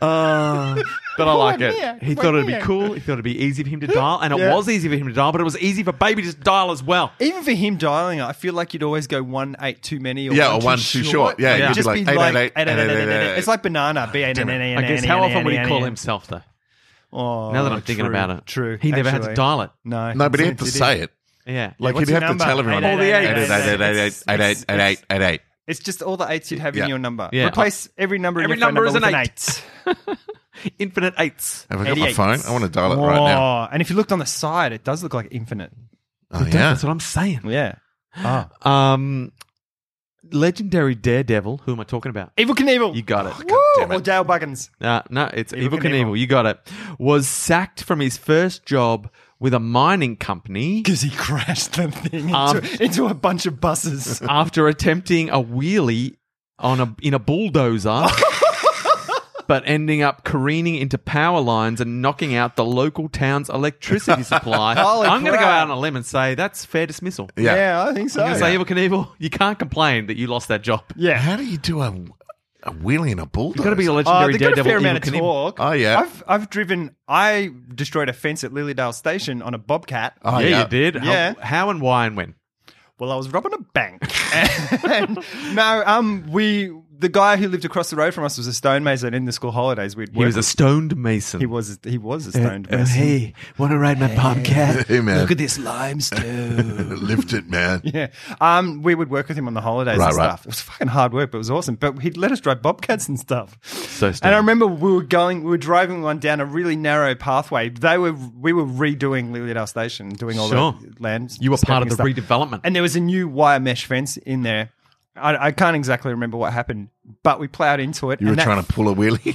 E: Uh, But I like
D: man.
E: it. He
D: Why
E: thought it'd be
D: man?
E: cool. He thought it'd be easy for him to dial, and it
D: Yeah.
E: was easy for him to dial. But it was easy for baby to dial as well.
D: Even for him dialing it, I feel like you'd always go one eight too many or
A: Yeah,
D: one,
A: or one too short. Yeah, you'd be
D: just
A: like,
D: be
A: eight,
D: like
A: eight, eight,
D: eight, eight, eight,
A: eight,
D: eight,
A: eight,
D: eight. It's like banana. B eight, eight, eight, eight,
E: I guess
D: eight,
E: how
D: eight,
E: often would he
D: eight,
E: call
D: eight.
E: himself though?
D: Oh,
E: Now that I'm thinking
D: true,
E: about it,
D: true.
E: He never had to
D: Actually.
E: dial it.
D: No,
A: No, but he had
D: Did
A: to say it.
E: Yeah,
A: Like
D: what's
A: he'd
D: your
A: have to
D: number?
A: tell everyone.
D: All
E: the
A: eight,
E: eights.
A: eight, eight, eight, eight, eight, eight, eight, eight, eight.
D: It's just all the eights you'd have
A: Yeah.
D: in your number.
E: Yeah.
D: Replace every number
E: Every
D: in your phone
E: number is
D: number
E: an
D: with
E: eight. infinite eights.
A: Have I got my
D: 88.
A: phone? I want to dial it
D: Oh,
A: right now.
D: and if you looked on the side, it does look like infinite.
A: Oh, yeah.
E: That's what I'm saying.
D: Yeah. Ah.
E: Um, legendary daredevil. Who am I talking about?
D: Evil Knievel.
E: You got it.
D: Woo!
A: damn it.
D: Or Dale Buggins.
E: Uh, no, it's Evil,
D: Evel
E: Knievel.
D: Knievel.
E: You got it. Was sacked from his first job with a mining company.
D: Because he crashed the thing into,
E: Um,
D: into a bunch of buses.
E: after attempting a wheelie on a in a
D: (laughs)
E: bulldozer, but ending up careening into power lines and knocking out the local town's electricity supply.
D: (laughs) Holy
E: I'm going to go
D: crap.
E: out on a limb and say that's fair dismissal.
A: Yeah.
D: I think so.
E: I'm going to say Evil Knievel, you can't complain that you lost that job.
D: yeah.
A: How do you do a, a wheelie and a bulldozer?
E: You've got to be a
D: Oh,
E: legendary
D: they got a
E: daredevil.
D: fair amount of
E: Evil Knievel.
D: talk.
A: Oh, yeah.
D: I've I've driven. I destroyed a fence at Lilydale Station on a Bobcat.
A: Oh,
E: yeah,
A: yeah.
E: you did. How-
D: Yeah.
E: How, and why and when?
D: (laughs) Well, I was robbing a bank. and, no, um, we the guy who lived across the road from us was a stonemason in the school holidays. We'd
E: He was
D: work
E: a stoned mason.
D: He was he was a
E: Uh,
D: stoned
E: uh,
D: mason.
E: hey, want to ride my
A: (laughs)
E: bobcat?
D: (laughs)
A: Hey, man.
D: this limestone.
A: Lift it, man.
D: (laughs) yeah. Um, we would work with him on the holidays
A: Right,
D: and
A: right.
D: stuff. It was fucking hard work, but it was awesome. But he'd let us drive bobcats and stuff.
E: So
D: and I
E: stoned.
D: remember we were going, we were driving one down a really narrow pathway. They were, we were redoing Lilydale Station, doing all
E: Sure.
D: the land.
E: You were part of the
D: stepping and stuff.
E: redevelopment.
D: And there was a new wire mesh fence in there. I, I can't exactly remember what happened, but we plowed into it.
A: You were
D: and that
A: trying to pull a wheelie.
D: (laughs)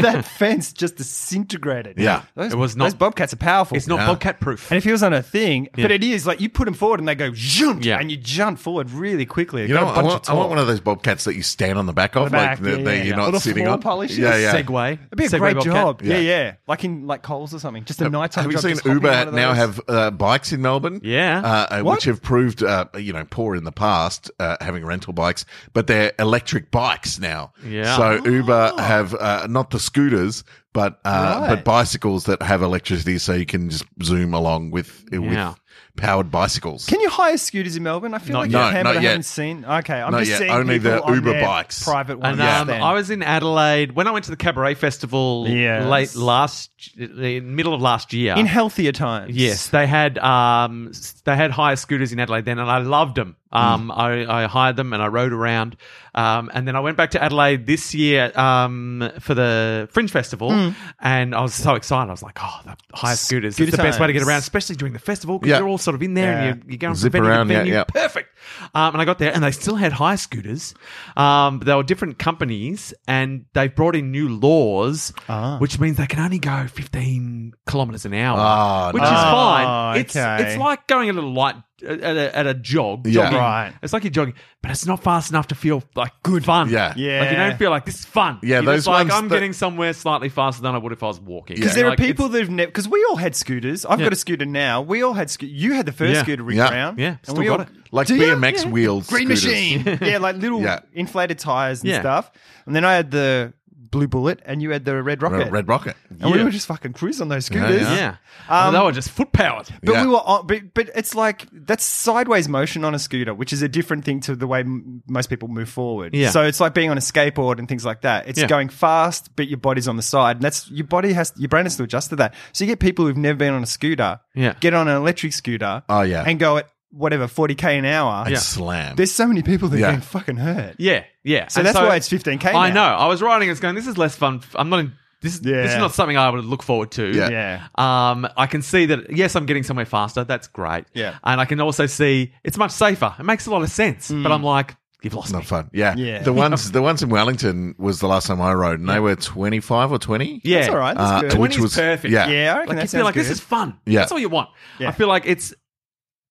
D: that fence just disintegrated.
A: Yeah.
D: Those,
E: It was not-
D: those bobcats are powerful.
E: it's not
A: Yeah.
E: bobcat proof.
D: And if he was on a thing, but it is like you put them forward and they go zoom,
E: Yeah.
D: and you jump forward really quickly.
A: You know, I want, I want one of those bobcats that you stand on the back of,
D: The back,
A: like that
D: yeah,
A: that
D: yeah,
A: you're
D: yeah.
A: not
D: Little
A: sitting
D: floor
A: on.
D: polishes,
A: yeah, yeah.
E: Segway.
D: It'd be a
E: Segway
D: great
E: bobcat.
D: job. Yeah.
A: Yeah.
D: yeah, like in like Coles or something. Just a nighttime.
A: Have you
D: job,
A: seen
D: just hop in one
A: Uber
D: of
A: now
D: those.
A: have uh, bikes in Melbourne?
E: Yeah.
A: uh, uh,
D: What?
A: which have proved uh, you know poor in the past uh, having rental bikes, but they're electric bikes now.
E: Yeah.
A: So Uber have uh, not the scooters, but uh,
D: Oh. Right.
A: but bicycles that have electricity, so you can just zoom along with
E: Yeah.
A: with powered bicycles.
D: Can you hire scooters in Melbourne? I feel
E: Not
D: like
A: yet.
D: you
A: No,
D: can, but
A: not
D: I
A: yet.
D: haven't seen. Okay, I'm
A: Not
D: just
A: yet.
D: seeing
A: Only the
D: people on
A: Uber
D: their
A: bikes.
D: private ones.
E: And
D: Yeah.
E: um,
D: then.
E: I was in Adelaide when I went to the cabaret festival
D: Yes.
E: late last, in middle of last year.
A: uh,
D: in healthier times.
E: Yes, they had um, s- they had hire scooters in Adelaide then, and I loved them.
A: Mm.
E: Um, I, I hired them and I rode around, um, and then I went back to Adelaide this year um, for the Fringe Festival,
A: Mm.
E: and I was so excited. I was like, "Oh, the hire scooters!
D: Scooter
E: it's the best way to get
D: times.
E: around, especially during the festival because
A: Yeah.
E: you're all sort of in there
D: Yeah.
E: and you're, you're going
A: Zip
E: from venue
A: around,
E: to
A: yeah,
E: venue.
A: yeah.
E: Perfect. Um, and I got there, and they still had hire scooters. Um, but they were different companies, and they've brought in new laws, which means they can only go 15 kilometers an hour
A: Ah,
E: which
A: no.
E: is
D: Oh,
E: fine. It's
D: okay.
E: it's like going a little light at a, at a jog.
A: Yeah.
E: jogging.
D: Right.
E: It's like you're jogging, but it's not fast enough to feel like good fun.
A: Yeah.
D: Yeah.
E: Like you don't feel like this is fun.
A: Yeah,
E: You're
A: those
E: just like
A: ones
E: I'm
A: that-
E: getting somewhere slightly faster than I would if I was walking.
A: Yeah.
D: Because there are
E: Like,
D: people that have never. Because we all had scooters. I've
E: Yeah.
D: got a scooter now. We all had. Sco- you had the first
E: Yeah.
D: scooter rig
A: Yeah.
D: round.
E: Yeah.
D: and
E: Still
D: we
E: got
D: all
E: it.
A: Like
D: Do you?
A: BMX
D: Yeah.
A: wheels,
D: green
A: scooters.
D: machine. yeah, like little
A: Yeah.
D: inflated tires and
E: Yeah.
D: stuff. And then I had the blue bullet, and you had the red rocket.
A: Red, Red rocket.
D: and we
E: Yeah.
D: were just fucking cruising on those scooters.
E: Yeah, I mean,
D: Um,
E: they were just foot powered.
D: But
A: Yeah.
D: we were, on, but, but it's like that's sideways motion on a scooter, which is a different thing to the way m- most people move forward.
E: Yeah.
D: So it's like being on a skateboard and things like that. It's
E: Yeah.
D: going fast, but your body's on the side, and that's your body has your brain has to adjust to that. So you get people who've never been on a scooter,
E: Yeah.
D: get on an electric scooter,
A: Oh, yeah.
D: and go at whatever forty k an hour.
A: And slam.
D: There's so many people that
A: Yeah.
D: have been fucking hurt.
E: Yeah, yeah.
D: So
E: And
D: that's why it's 15K
E: I
D: now.
E: know. I was riding. It's going. This is less fun. f- I'm not. In, this is this is
D: Yeah.
E: not something I would look forward to.
A: Yeah.
D: Yeah.
E: Um, I can see that. Yes, I'm getting somewhere faster. That's great.
D: Yeah.
E: And I can also see it's much safer. It makes a lot of sense.
D: Mm.
E: But I'm like, you've lost
A: not
E: me.
A: fun. Yeah.
D: Yeah.
A: The ones the ones in Wellington was the last time I rode, and they were twenty five or twenty.
E: Yeah.
D: That's all right. That's
A: Uh,
D: good.
E: 20
A: which
E: is
A: was
E: perfect.
A: Yeah.
D: Yeah, I
E: Like
D: reckon
E: you
D: that
E: feel
D: sounds
E: like
D: good.
E: this is fun.
A: Yeah.
E: That's all you want.
D: Yeah.
E: I feel like it's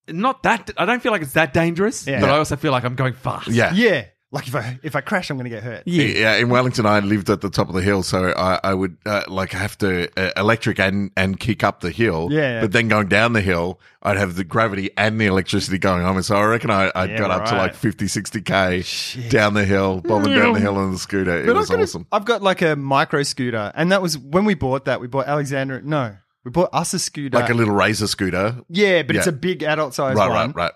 E: not that. I don't feel like it's that dangerous.
D: Yeah.
E: But I also feel like I'm going fast.
A: Yeah.
D: yeah. Like if I if I crash, I'm going to get hurt.
E: Yeah.
A: Yeah, in Wellington, I lived at the top of the hill, so I, I would uh, like have to uh, electric and and kick up the hill.
D: Yeah, yeah.
A: but then going down the hill, I'd have the gravity and the electricity going on, and so I reckon I, I
D: Yeah,
A: got up to
D: right.
A: like 50, 60 k down the hill, bombing down the hill on the scooter. It
D: But
A: was
D: I've got
A: awesome.
D: A, I've got like a micro scooter, and that was when we bought that. We bought Alexander. No, we bought us a scooter.
A: like a little razor scooter.
D: yeah, but it's
A: Yeah.
D: a big adult sized
A: Right,
D: one.
A: right, right.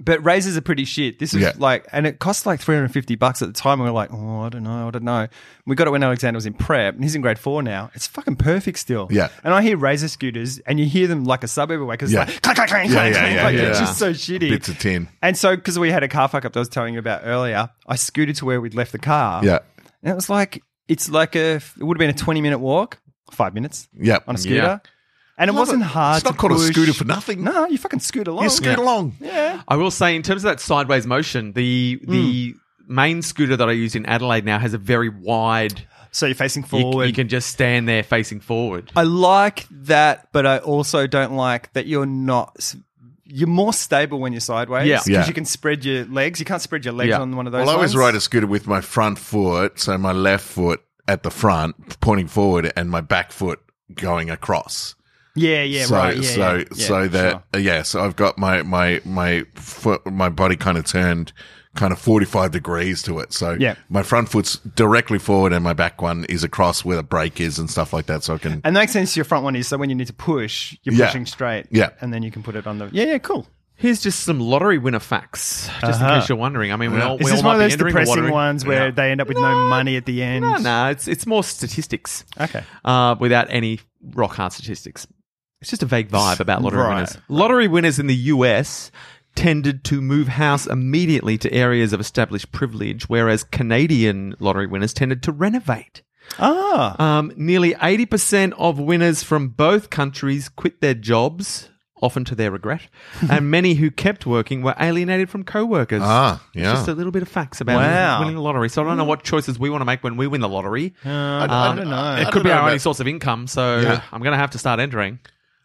D: But razors are pretty shit. This was
A: Yeah.
D: like, and it cost like three hundred fifty bucks at the time. And we were like, oh, I don't know, I don't know. We got it when Alexander was in prep, and he's in grade four now. It's fucking perfect still.
A: Yeah.
D: And I hear razor scooters, and you hear them like a sub everywhere because
A: Yeah.
D: it's like clang, clang, clang,
A: Yeah,
D: clang,
A: yeah,
D: clang.
A: yeah,
D: like, It's
A: yeah.
D: just so shitty.
A: Bits of tin.
D: And so, because we had a car fuck up that I was telling you about earlier, I scooted to where we'd left the car.
A: Yeah.
D: And it was like, it's like a, it would have been a 20 minute walk, five minutes
A: Yeah,
D: on a scooter.
E: Yeah.
D: And it wasn't hard.
A: It's not
D: to
A: called
D: push.
A: a scooter for nothing.
D: No, you fucking scoot along.
A: you scoot along.
D: Yeah.
E: I will say, in terms of that sideways motion, the
D: Mm.
E: the main scooter that I use in Adelaide now has a very wide.
D: So you're facing
E: you-
D: forward.
E: you can just stand there facing forward.
D: I like that, but I also don't like that you're not. s- You're more stable when you're sideways.
E: Yeah.
D: Because
A: Yeah.
D: you can spread your legs. You can't spread your legs
E: Yeah.
D: on one of those.
A: Well, I always
D: ones.
A: ride a scooter with my front foot, so my left foot at the front, pointing forward, and my back foot going across.
D: Yeah, yeah,
A: so,
D: right. Yeah,
A: so,
D: yeah, yeah,
A: so that
D: sure.
A: uh, yeah. So I've got my my my foot, my body kind of turned kind of forty five degrees to it. So
D: Yeah.
A: my front foot's directly forward, and my back one is across where the brake is and stuff like that. So I can
D: And that makes sense to your front one is so when you need to push, you're
A: Yeah.
D: pushing straight.
A: Yeah.
D: And then you can put it on the. Yeah, yeah, cool.
E: Here's just some lottery winner facts, just in
D: Uh-huh.
E: case you're wondering. I mean, we all, we
D: Is
E: all
D: this
E: might
D: one of
E: be
D: those
E: entering the
D: depressing
E: lottery.
D: ones where they end up with no, money at the end?
E: No, no, it's it's more statistics.
D: Okay.
E: uh, without any rock hard statistics. It's just a vague vibe about lottery
D: Right.
E: winners. Lottery winners in the US tended to move house immediately to areas of established privilege, whereas Canadian lottery winners tended to renovate.
D: Ah,
E: Um, nearly 80% of winners from both countries quit their jobs, often to their regret, and many who kept working were alienated from co workers.
A: Ah, yeah.
E: Just a little bit of facts about
D: Wow.
E: winning the lottery. So I don't know what choices we want to make when we win the lottery.
D: Uh, I don't know.
E: It could be our only source of income, so
A: Yeah.
E: I'm going to have to start entering.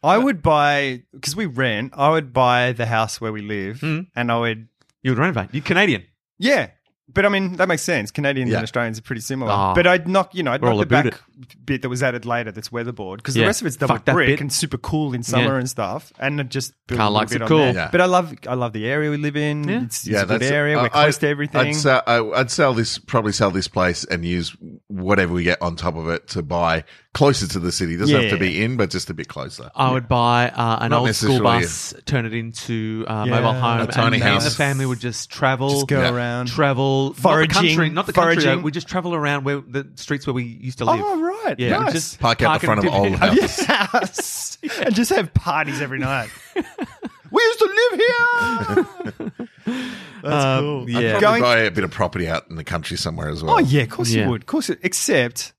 D: I would buy because we rent. I would buy the house where we live, and I would
E: You would renovate. You're Canadian.
D: yeah. But I mean that makes sense. Canadians
A: Yeah.
D: and Australians are pretty similar.
E: Ah.
D: But I'd knock you know I'd
E: We're all
D: knock the
E: about
D: back bit that was added later that's weatherboard because
E: Yeah.
D: the rest of it's double
E: Fuck that
D: brick
E: bit.
D: and super cool in summer
E: Yeah.
D: and stuff. And it just build
E: Carl
D: a little
E: likes it
D: bit on
E: cool.
D: there.
A: Yeah.
D: But I love I love the area we live in.
E: Yeah.
D: It's, it's a good area. We're close to everything.
A: I'd sell, I, would sell this, probably sell this place and use whatever we get on top of it to buy closer to the city. Doesn't
D: Yeah.
A: have to be in, but just a bit closer.
E: I would buy uh, an
A: Not
E: old school
A: necessarily.
E: bus, turn it into a
D: Yeah.
E: mobile home,
A: A tiny
E: and me and the
A: house.
E: family would just travel,
D: Just go
A: Yeah.
D: around.
E: travel, not the
D: Foraging.
E: country, not the country. uh,
D: Foraging.
E: We just travel around where the streets where we used to live.
D: oh right,
E: Yeah,
D: nice.
E: just
D: (laughs)
A: Park out the
E: in
A: front of
E: (laughs) different-
A: old house.
D: Yes. and just have parties
E: (laughs)
D: every night. we used to live here. That's
E: Um,
D: cool.
E: yeah.
A: Probably
D: Going-
A: buy a bit of property out in the country somewhere as well.
D: oh yeah, of course
E: Yeah.
D: you would. Of course, you- except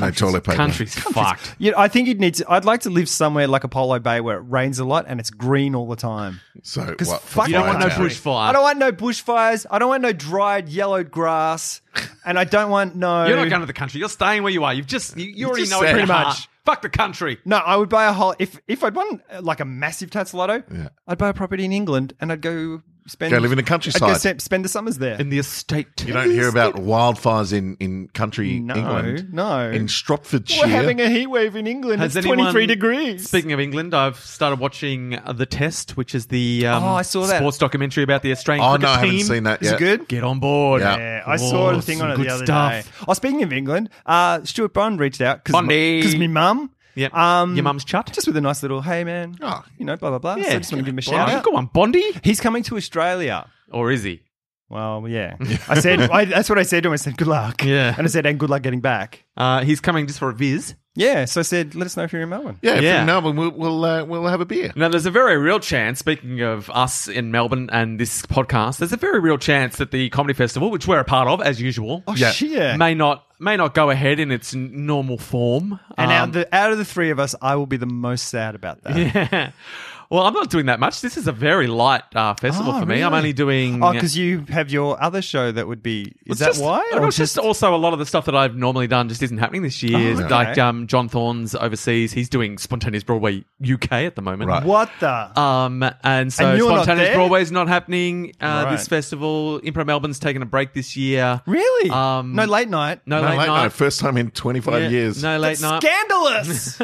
A: no toilet paper.
E: Country's fucked.
D: you know, I think you'd need to. I'd like to live somewhere like Apollo Bay where it rains a lot and it's green all the time.
A: So
D: Because
A: what?
D: fuck
A: for
E: You don't want no
A: five hours?
D: country.
E: bushfire.
D: I don't want no bushfires. I don't want no dried
A: (laughs)
D: yellowed grass, and I don't want no.
E: You're not going to the country. You're staying where you are. You've just you, you, already
A: just
E: know it.
A: said-
E: Pretty
A: Pretty
E: much.
D: much.
E: Fuck the country.
D: No, I would buy a whole. If if I'd won uh, like a massive Tats Lotto,
A: Yeah.
D: I'd buy a property in England and I'd go spend.
A: Go live in the
D: I'd
A: countryside.
D: se- spend the summers there.
E: In the estate.
A: You don't hear about wildfires in, in country
D: no,
A: England.
D: no.
A: In Stropfordshire.
D: We're having a heat wave in England.
E: Has
D: it's
E: anyone-
D: 23 degrees.
E: Speaking of England, I've started watching uh, The Test, which is the um,
D: Oh, I saw that.
E: sports documentary about the Australian
A: oh,
E: cricket
A: no, I haven't
E: team.
A: seen that
D: Is
A: yet.
D: it good?
E: Get on board.
A: Yeah.
D: Yeah, I saw
E: Oh,
D: a thing
E: some
D: on it
E: good
D: the other
E: stuff.
D: day. Oh, speaking of England, uh, Stuart Bond reached out because
E: Bondy.
D: my mum.
E: Yep.
D: Um,
E: Your mum's chat.
D: Just with a nice little, hey man,
A: Oh.
D: you know, blah, blah, blah.
E: Yeah.
D: So I just want to give him a
E: Oh,
D: shout out.
E: Go on, Bondi.
D: He's coming to Australia.
E: Or is he?
D: Well,
E: (laughs)
D: yeah. I said, I, that's what I said to him. I said, good luck.
E: Yeah.
D: And I said, and good luck getting back.
E: Uh, he's coming just for a viz.
D: Yeah. So I said, let us know if you're in Melbourne.
A: Yeah, if
E: Yeah.
A: you're in Melbourne, we'll, we'll, uh, we'll have a beer.
E: Now, there's a very real chance, speaking of us in Melbourne and this podcast, there's a very real chance that the Comedy Festival, which we're a part of, as usual,
D: Oh,
A: Yeah.
D: shit.
E: may not may not go ahead in its n- normal form.
D: And out,
E: Um,
D: of the, out of the three of us, I will be the most sad about that.
E: Yeah. (laughs) Well, I'm not doing that much. This is a very light uh, festival
D: Oh,
E: for me. I'm
D: really?
E: only doing.
D: Oh, because you have your other show that would be. Is
E: It's
D: that
E: just-
D: why?
E: no, it's just also a lot of the stuff that I've normally done just isn't happening this year.
D: Oh, okay.
E: Like um, John Thorne's overseas, he's doing Spontaneous Broadway UK at the moment.
A: Right.
D: what the?
E: Um, and so
D: And you're not
E: Spontaneous
D: there?
E: Broadway's not happening uh,
D: Right.
E: this festival. Impro Melbourne's taking a break this year.
D: really?
E: Um,
D: no late night.
E: No,
A: No,
E: late,
A: late
E: night.
A: night. First time in 25
E: Yeah,
A: years.
E: No late night. (laughs)
D: Scandalous.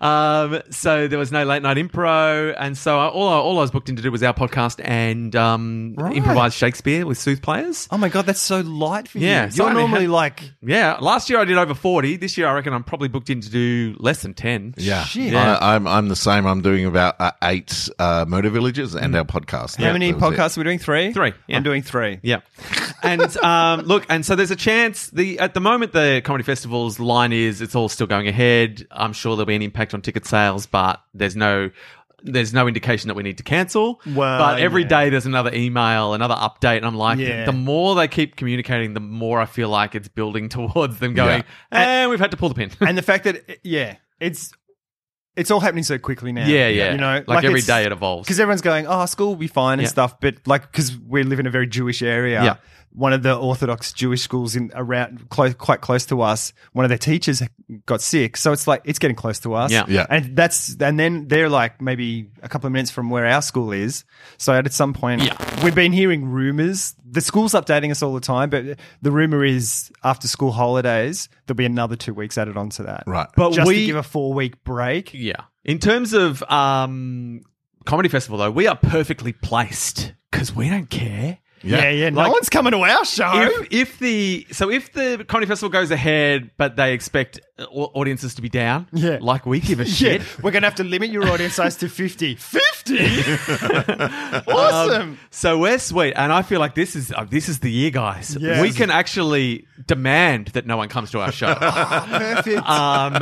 E: um, so there was no late night impro, and so I, all I, all I was booked in to do was our podcast and um,
D: Right.
E: improvise Shakespeare with Sooth players.
D: oh my god, that's so light for
E: Yeah,
D: you.
E: so I
D: You're
E: mean, (laughs)
D: normally
E: ha-
D: like
E: Yeah, last year I did over forty. This year I reckon I'm probably booked in to do less than ten.
A: Yeah,
D: Shit.
E: Yeah.
A: I, I'm I'm the same. I'm doing about uh, eight uh, motor villages and our podcast.
D: Mm. how many podcasts are we doing? Three.
E: Three, yeah.
D: I'm doing three.
E: Yeah, and (laughs) um, look, and so there's a chance. The at the moment the comedy festival's line is it's all still going ahead. I'm sure there'll be an impact on ticket sales, but there's no. There's no indication that we need to cancel.
D: Well,
E: but every
D: yeah.
E: day there's another email, another update, and I'm like,
D: Yeah.
E: the more they keep communicating, the more I feel like it's building (laughs) towards them going, and we've had to pull the pin.
D: And the fact that yeah, it's it's all happening so quickly
E: (laughs)
D: now.
E: Yeah, yeah.
D: You know,
E: Like every day it evolves.
D: because everyone's going, oh, school will be fine and
E: Yeah.
D: stuff. But like, because we live in a very Jewish area.
E: Yeah.
D: One of the Orthodox Jewish schools in around close, quite close to us, one of their teachers got sick, so it's like it's getting close to us.
E: Yeah.
A: Yeah.
D: And that's and then they're like maybe a couple of minutes from where our school is. So at some point,
E: Yeah.
D: we've been hearing rumors. The school's updating us all the time, but the rumor is after school holidays there'll be another two weeks added onto that.
A: Right.
E: But
D: Just
E: we-
D: to give a four week break.
E: Yeah. In terms of um, comedy festival, though, we are perfectly placed because we don't care.
D: Yeah, yeah. no
E: Like-
D: one's coming to our show.
E: If, if the so if the comedy festival goes ahead, but they expect uh, au- audiences to be down,
D: Yeah.
E: like we give a shit.
D: (laughs) Yeah, we're going to have to limit your audience size to (laughs)
E: (laughs)
D: 50. 50? awesome.
E: Um, So we're sweet, and I feel like this is uh, this is the year, guys.
D: Yes.
E: We can actually demand that no one comes to our show.
D: (laughs) Perfect.
E: um,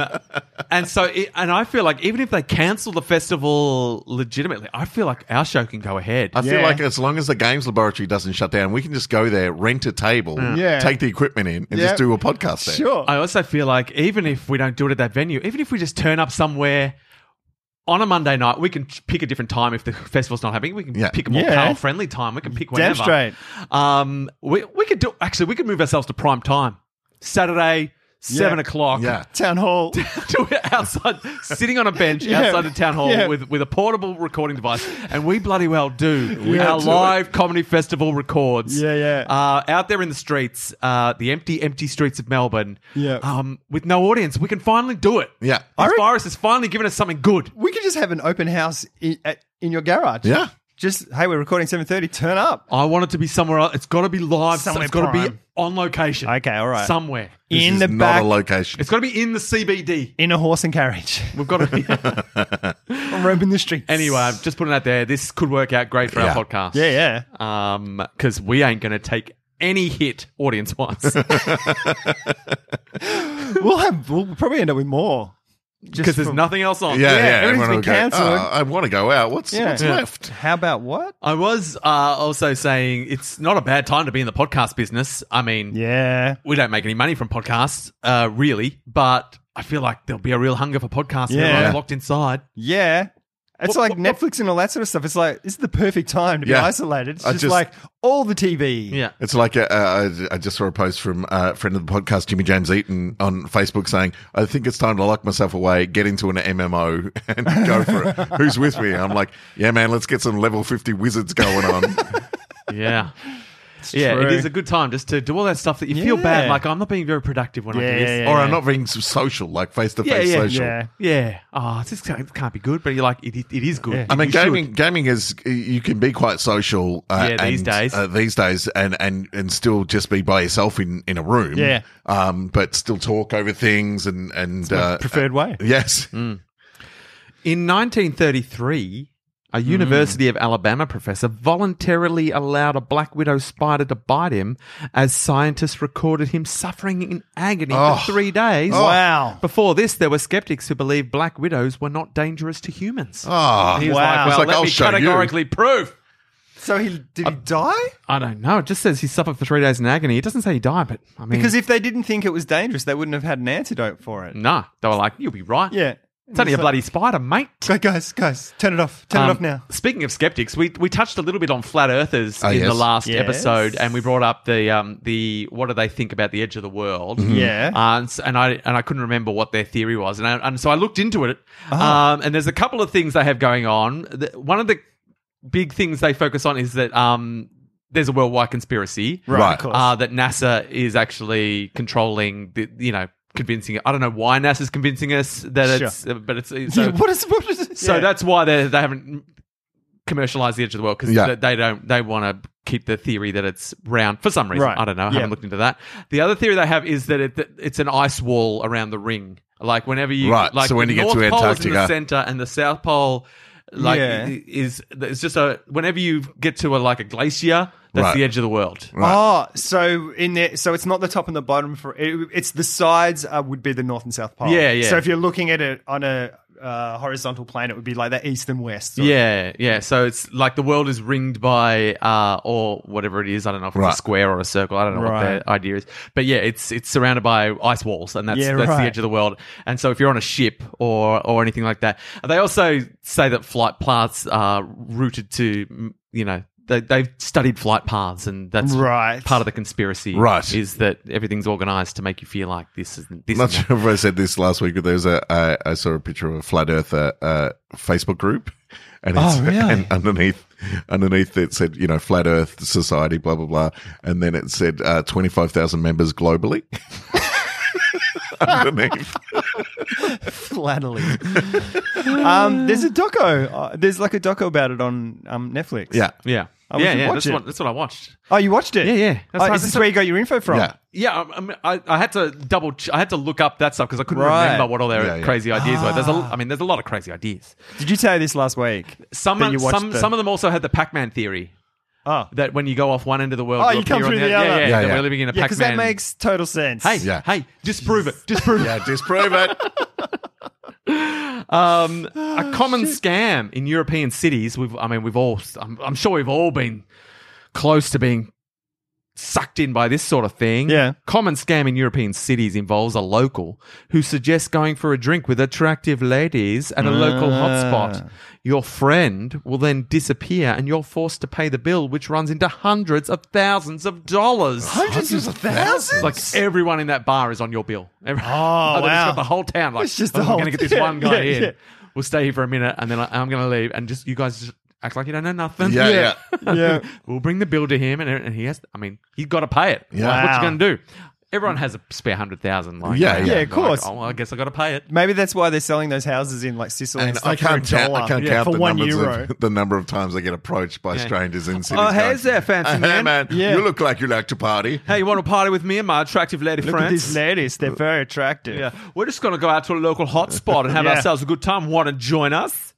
E: and so, it, and I feel like even if they cancel the festival legitimately, I feel like our show can go ahead.
A: I feel
D: Yeah.
A: like as long as the games laboratory doesn't shut down, we can just go there, rent a table,
D: Yeah.
A: take the equipment in, and
D: Yeah.
A: just do a podcast there.
D: sure.
E: I also feel like even if we don't do it at that venue, even if we just turn up somewhere on a Monday night, we can ch- pick a different time if the festival's not happening. We can
A: Yeah.
E: pick a more
D: Yeah.
E: power friendly time. We can pick
D: Damn
E: whenever.
D: straight.
E: Um, we we could do actually we could move ourselves to prime time Saturday seven
D: Yeah.
E: o'clock.
A: Yeah.
D: Town
E: (laughs)
D: hall.
E: Do it outside, sitting on a bench
D: Yeah.
E: outside the town hall
D: Yeah.
E: with, with a portable recording device, and we bloody well do our
D: do
E: live comedy festival records.
D: Yeah, yeah.
E: Uh, out there in the streets, uh, the empty, empty streets of Melbourne.
D: Yeah.
E: Um, with no audience, we can finally do it.
A: Yeah.
E: This
D: reckon-
E: virus has finally given us something good.
D: We could just have an open house in, at, in your garage.
A: Yeah.
D: Just, hey, we're recording 7.30. Turn up.
E: I want it to be somewhere else. It's got to be live.
D: Somewhere
E: it's got to be
D: prime.
E: on location.
D: Okay, all right.
E: Somewhere.
A: This
D: in
A: is
D: the
A: not
D: back.
A: a location.
E: It's got to be in the CBD.
D: in a horse and (laughs) carriage.
A: (laughs)
E: We've got to be.
D: roaming the streets.
E: anyway, I'm just putting it out there. This could work out great for
A: Yeah.
E: our podcast.
D: Yeah, yeah.
E: um, because we ain't going to take any hit audience
D: (laughs)
E: wise
D: We'll have, we'll probably end up with more.
E: because there's nothing else on.
A: yeah, yeah.
D: Yeah, everything's
A: everyone
D: been
A: will go,
D: cancelled.
A: "Oh, I want to go out. What's,
D: Yeah.
A: what's
D: Yeah.
A: left?
D: How about what?
E: I was uh, also saying it's not a bad time to be in the podcast business. I mean,
D: Yeah.
E: we don't make any money from podcasts, uh, really, but I feel like there'll be a real hunger for podcasts. Yeah.
D: Yeah.
E: Everyone's locked inside.
D: Yeah. It's
E: What- what-
D: like Netflix and all that sort of stuff. It's like, this is the perfect time to be
A: Yeah.
D: isolated. It's
A: I
D: just,
A: just-
D: like all the TV.
E: Yeah.
A: It's like uh, uh, I I just saw a post from uh, a friend of the podcast, Jimmy James Eaton, on Facebook saying, I think it's time to lock myself away, get into an MMO, (laughs) and go for it. Who's with me? I'm like, yeah, man, let's get some level 50 wizards going
E: (laughs)
A: on.
E: Yeah.
D: (laughs)
E: yeah, it
D: true.
E: is a good time just to do all that stuff that you feel bad.
D: Yeah.
E: Like, I'm not being very productive when I do
D: Yeah,
E: this.
D: yeah,
A: or I'm not being s- social, like face to face
E: Yeah, yeah,
A: social.
D: Yeah.
E: Yeah. Oh, this can't, it can't be good, but you're like, it, it is good.
D: Yeah.
A: I mean,
E: You should.
A: gaming gaming is you can be quite social. Uh,
E: Yeah, these
A: and,
E: days.
A: Uh, these days, and, and and still just be by yourself in in a room.
D: Yeah.
A: Um, but still talk over things and and uh,
D: Preferred way.
A: yes,
E: Mm. In 1933, a University of Alabama professor voluntarily allowed a black widow spider to bite him as scientists recorded him suffering in agony for three days.
D: Oh. Wow.
E: Before this, there were skeptics who believed black widows were not dangerous to humans.
A: ah,
E: he was
D: wow.
E: like,
D: It's
E: well,
A: like,
E: let
A: I'll
E: me
A: show you."
E: categorically prove.
D: So he did he die?
E: I don't know. It just says he suffered for three days in agony. It doesn't say he died, but I mean,
D: Because if they didn't think it was dangerous, they wouldn't have had an antidote for it.
E: nah, they were like, you'll be right.
D: Yeah.
E: It's only a bloody spider, mate.
D: Guys, guys, guys, turn it off. Turn it
E: Um,
D: off now.
E: Speaking of skeptics, we, we touched a little bit on flat earthers
A: Oh,
E: in the
A: yes.
E: last
D: Yes.
E: episode, and we brought up the um, the what do they think about the edge of the world?
A: Mm-hmm.
D: Yeah.
E: Uh, and, s- and I and I couldn't remember what their theory was, and I, and so I looked into it.
D: Ah.
E: Um, and there's a couple of things they have going on. The- one of the big things they focus on is that um, there's a worldwide conspiracy,
A: Right.
D: Of course.
E: uh, that NASA is actually controlling the you know convincing it. I don't know why NASA's convincing us that
D: Sure.
E: it's, but
D: (laughs)
E: it's so,
D: yeah, what is what is
E: (laughs) so
D: yeah.
E: that's why they they haven't commercialized the edge of the world because
A: Yeah.
E: they, they don't they want to keep the theory that it's round for some reason.
D: Right.
E: I don't know. I
D: Yeah.
E: haven't looked into that. The other theory they have is that, it, that it's an ice wall around the ring. Like whenever you
A: Right,
E: like
A: so when
E: the
A: you get
E: North
A: to
E: Pole is in the
A: Antarctica.
E: center and the South Pole like
D: Yeah.
E: i- is it's just a whenever you get to a like a glacier that's
A: Right.
E: the edge of the world.
D: Oh, so in there, so it's not the top and the bottom for it, it's the sides uh, would be the north and south pole.
E: Yeah, yeah.
D: So if you're looking at it on a uh, horizontal plane, it would be like that east and west. sort of-
E: Yeah, yeah. So it's like the world is ringed by uh or whatever it is. I don't know if
A: Right.
E: it's a square or a circle. I don't know what
D: Right.
E: their idea is. But yeah, it's it's surrounded by ice walls and that's
D: Yeah,
E: that's the
D: right.
E: edge of the world. And so if you're on a ship or or anything like that. They also say that flight paths are routed to mm, you know they, they've studied flight paths, and that's
D: Right.
E: part of the conspiracy.
A: Right.
E: is that everything's organised to make you feel like this isn't this.
A: not
E: Is
A: sure if I said this last week, but there was a I, I saw a picture of a flat earther uh, Facebook group, and it's,
D: Oh, really?
A: and underneath underneath it said you know flat Earth society blah blah blah, and then it said uh, twenty five thousand members globally. (laughs) underneath,
D: flatly. um, there's a doco. Uh, there's like a doco about it on um, Netflix.
A: yeah,
E: yeah.
D: Oh, we
E: yeah,
D: should
E: yeah,
D: watch
E: that's
D: it.
E: what, that's what I watched.
D: Oh, you watched it?
E: Yeah, yeah. That's
D: Oh,
E: how-
D: is this
E: that's
D: where you got your info from?
A: Yeah.
E: Yeah, I, mean, I, I had to double. Ch- I had to look up that stuff because I couldn't
D: Right.
E: remember what all their
A: Yeah, yeah.
E: crazy ideas were. There's a,
D: Ah.
E: I mean, there's a lot of crazy ideas.
D: Did you say this last week?
E: Some,
D: That you watched
E: some,
D: the-
E: some of them also had the Pac-Man theory
D: Oh,
E: that when you go off one end of the world,
D: Oh,
E: you
D: you come
E: appear on
D: through the
E: Yeah,
D: other.
E: yeah,
A: Yeah,
E: that
A: yeah.
E: We're living in a
D: yeah, because
E: Pac-Man.
D: that makes total sense.
E: Hey,
A: Yeah.
E: hey, disprove it. Disprove it.
A: Yeah, disprove it.
E: Um, a common scam in European cities. We've, I mean, we've all. I'm, I'm sure we've all been close to being sucked in by this sort of thing.
D: Yeah.
E: Common scam in European cities involves a local who suggests going for a drink with attractive ladies at a local hotspot. Your friend will then disappear, and you're forced to pay the bill, which runs into hundreds of thousands of dollars.
D: Hundreds of thousands?
E: Like everyone in that bar is on your bill. (laughs) Every- Oh,
D: wow.
E: got the whole town. Like,
D: It's just
E: oh,
D: the
E: we're
D: whole-
E: going to get this
D: yeah,
E: one guy
D: (laughs) yeah,
E: in.
D: yeah.
E: We'll stay here for a minute, and then I, I'm going to leave. And just you guys just act like you don't know nothing.
A: (laughs) Yeah, yeah.
D: yeah.
E: (laughs) We'll bring the bill to him, and, and he has. I mean, he's got to pay it.
A: Yeah.
E: Like, what you
D: Wow.
E: going to do? Everyone has a spare hundred thousand. Like,
A: Yeah,
E: around.
A: yeah, of
E: Like,
D: course.
E: oh, well, I guess I got to pay it.
D: (laughs) Maybe that's why they're selling those houses in like Sicily. And,
A: And
D: stuff
A: I can't
D: for a
A: count.
D: dollar.
A: I can't
D: Yeah,
A: count
D: for
A: the
D: one
A: numbers (laughs)
D: euro.
A: Of, the number of times I get approached by strangers in cities.
E: Oh,
A: going,
E: here's there, fancy
A: "Hey,
E: man.
A: man.
D: Yeah.
A: You look like you like to party.
E: Hey, you want to party with me and my attractive lady
D: Look at
E: friends?
D: these ladies; they're very attractive.
E: yeah, we're just going to go out to a local hotspot and have
D: (laughs) Yeah.
E: ourselves a good time. Want to join us?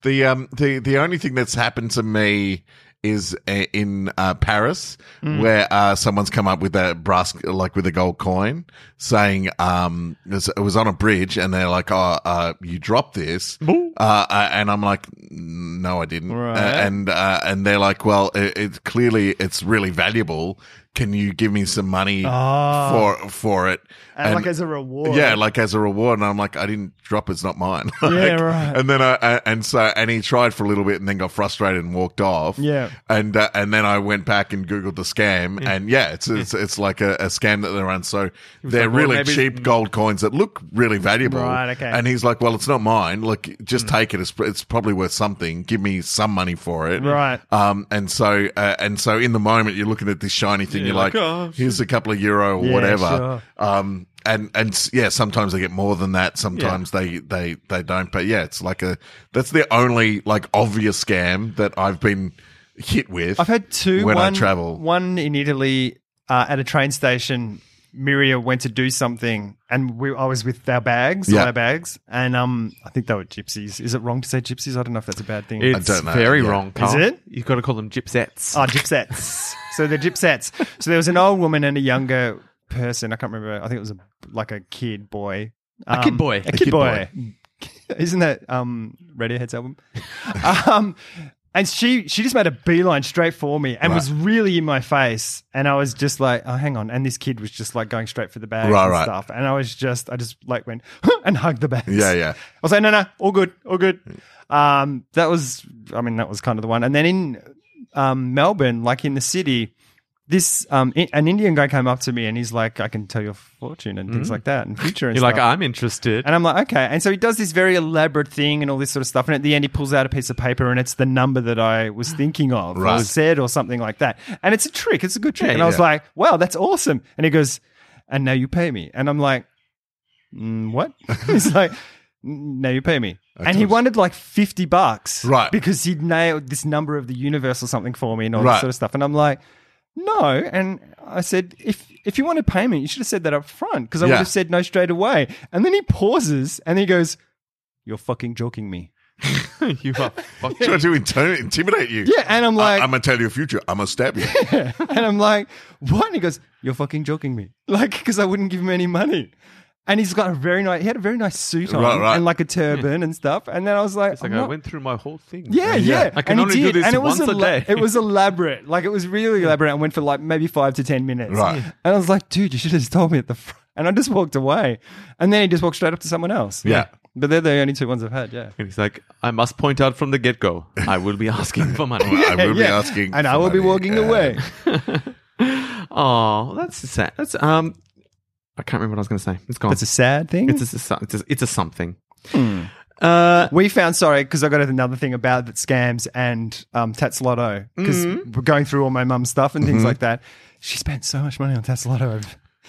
A: The um the the only thing that's happened to me is uh, in uh, Paris
D: Hmm.
A: where uh, someone's come up with a brass like with a gold coin saying um it was, it was on a bridge and they're like oh uh, you dropped this uh, uh, and I'm like no I didn't
D: Right.
A: Uh, and uh, and they're like well it, it clearly it's really valuable can you give me some money for for it
D: Ah. and, like as a reward.
A: yeah, like as a reward, and I'm like, I didn't drop. It's not mine. (laughs) Like,
D: Yeah, right.
A: And then I, I and so and he tried for a little bit, and then got frustrated and walked off.
D: Yeah.
A: and uh, and then I went back and googled the scam, and yeah, it's it's, it's like a, a scam that they run. So they're
E: like, well,
A: really
E: maybe-
A: cheap gold coins that look really valuable.
D: Right, okay. Hmm.
A: And he's like, well, it's not mine. Look, just take it. It's, it's probably worth something. Give me some money for it.
D: Right.
A: Um. And so uh, and so in the moment, you're looking at this shiny thing. you're like,
E: like, "Oh,
A: here's a couple of euro or
D: Yeah,
A: whatever.
D: sure.
A: Um, and and s- yeah, sometimes they get more than that. Sometimes they they they don't. But yeah, it's like a that's the only like obvious scam that I've been hit with.
D: I've had two
A: when
D: one,
A: I travel.
D: One in Italy uh, at a train station. Miria went to do something, and we, I was with our bags, all
A: Yeah.
D: our bags, and um, I think they were gypsies. Is it wrong to say gypsies? I don't know if that's a bad thing.
E: It's
A: don't know,
E: very
A: yeah.
E: wrong. Carl.
D: it?
E: You've got to call them gypsettes.
D: Oh, gypsettes. so they're gypsettes. So there was an old woman and a younger person. I can't remember. I think it was a, like a kid boy.
E: kid
D: Um,
E: boy.
D: A kid, boy. (laughs) Isn't that um, Radiohead's album? (laughs) um, and she she just made a beeline straight for me and was really in my face. And I was just like, oh, hang on. And this kid was just like going straight for the bags
A: Right,
D: and
A: right.
D: stuff. And I was just, I just like went (laughs) and hugged the bags.
A: Yeah, yeah.
D: I was like, no, no, all good, all good. Um, that was, I mean, that was kind of the one. And then in um, Melbourne, like in the city, this um, I- an Indian guy came up to me and he's like, "I can tell your fortune and things like that and future." And
E: Mm. You're like,
D: stuff."
E: I'm interested.
D: and I'm like, okay. And so he does this very elaborate thing and all this sort of stuff. And at the end, he pulls out a piece of paper and it's the number that I was
A: (sighs)
D: thinking of
A: Right.
D: or said or something like that. And it's a trick. It's a good trick. and I was
A: yeah.
D: like, wow, that's awesome. And he goes, and now you pay me. And I'm like,
A: (laughs)
D: mm, what? (laughs) He's like, "Mm, now you pay me. and he wanted like 50 bucks.
A: Right.
D: Because he'd nailed this number of the universe or something for me and all
A: Right.
D: this sort of stuff. And I'm like, no. And I said, if if you wanted payment, you should have said that up front because I
A: Yeah.
D: would have said no straight away. And then he pauses and he goes, You're fucking joking me.
E: (laughs) you are fucking
A: Trying to inti- intimidate you.
D: Yeah. And I'm like,
A: I, am gonna tell you a future. I'm gonna stab
D: (laughs)
A: you.
D: and I'm like, What? And he goes, You're fucking joking me. (laughs) Like, because I wouldn't give him any money. And he's got a very nice, he had a very nice suit on
A: Right, right.
D: and like a
A: (laughs)
D: turban and stuff. And then I was like,
E: It's like
D: "I'm
E: I
D: not-
E: went through my whole thing.
D: Yeah, yeah.
E: I can
D: and he
E: only do
D: did,
E: this
D: and it was
E: once a
D: ela-
E: day.
D: It was elaborate. Like it was really elaborate and went for like maybe five to ten minutes.
A: Right.
D: And I was like, dude, you should have just told me at the front. And I just walked away. And then he just walked straight up to someone else.
A: Yeah.
D: But they're the only two ones I've had, yeah.
E: (laughs) And he's like, I must point out from the get go, I will (laughs) be asking for money.
A: I will be
D: Yeah.
A: asking,
D: And I
A: for
D: will be
A: money.
D: walking
A: Yeah. (laughs)
D: away.
E: Oh, that's sad. That's um, I can't remember what I was going to say. It's gone.
D: That's a sad thing.
E: it's a it's a, it's a, it's a something.
D: Hmm.
E: Uh,
D: we found, sorry, because I got another thing about that scams and um, Tats Lotto. Because we're going through all my mum's stuff and things like that. She spent so much money on Tats Lotto.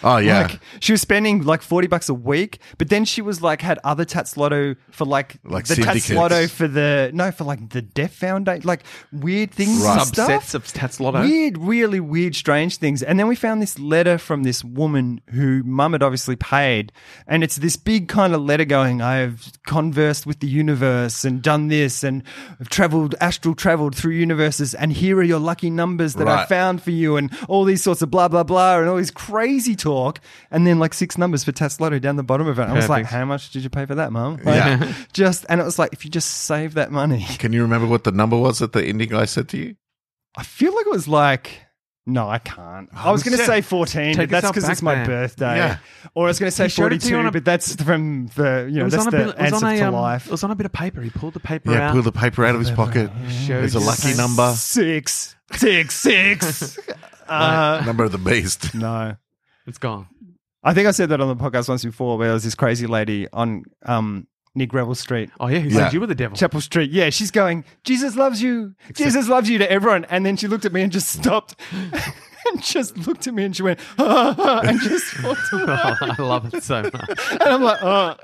A: Oh, yeah.
D: Like, she was spending like forty bucks a week, but then she was like had other Tats Lotto for like,
A: Like
D: the Tats
A: syndicates.
D: Lotto for the no for like the Deaf Foundation, like weird things, and
E: Right.
D: stuff.
E: Subsets of Tats Lotto.
D: weird, really weird, strange things. And then we found this letter from this woman who Mum had obviously paid, and it's this big kind of letter going, "I have conversed with the universe and done this, and I've traveled astral traveled through universes, and here are your lucky numbers that I
A: Right.
D: found for you, and all these sorts of blah blah blah, and all this crazy talk, and then like six numbers for Tats Lotto down the bottom of it. And I was like,
E: Perfect.
D: "How much did you pay for that, Mum?" Like,
A: Yeah.
D: just and it was like, if you just save that money. (laughs)
A: Can you remember what the number was that the indie guy said to you?
D: I feel like it was like. No, I can't. I was going to
A: shit.
D: say 14, but
E: Take
D: that's
E: yourself
D: because
E: back,
D: it's my
E: man.
D: birthday.
A: Yeah.
D: Or I was going to say
E: He showed it to you
D: 42,
E: on a-
D: but that's from the, you know, that's the
E: it was
D: answer
E: on a,
D: to
E: um,
D: life.
E: It was on a bit of paper. He pulled the paper
A: Yeah,
E: out.
A: pull the paper out of his pocket.
E: Showed
A: It's a
E: you.
A: lucky number.
D: Six,
E: (laughs)
D: six, six. uh,
A: Number of the beast. (laughs)
D: no.
E: it's gone.
D: I think I said that on the podcast once before where there was this crazy lady on um, Nick Revel Street.
E: Oh yeah, who
A: Yeah.
E: said you were the (laughs) devil?
D: Chapel Street. Yeah, she's going, Jesus loves you. Jesus loves you to everyone. And then she looked at me and just stopped (laughs) and just looked at me and she went, (laughs) and just walked away.
A: (laughs)
E: Oh, I love it so much.
D: And I'm like, oh.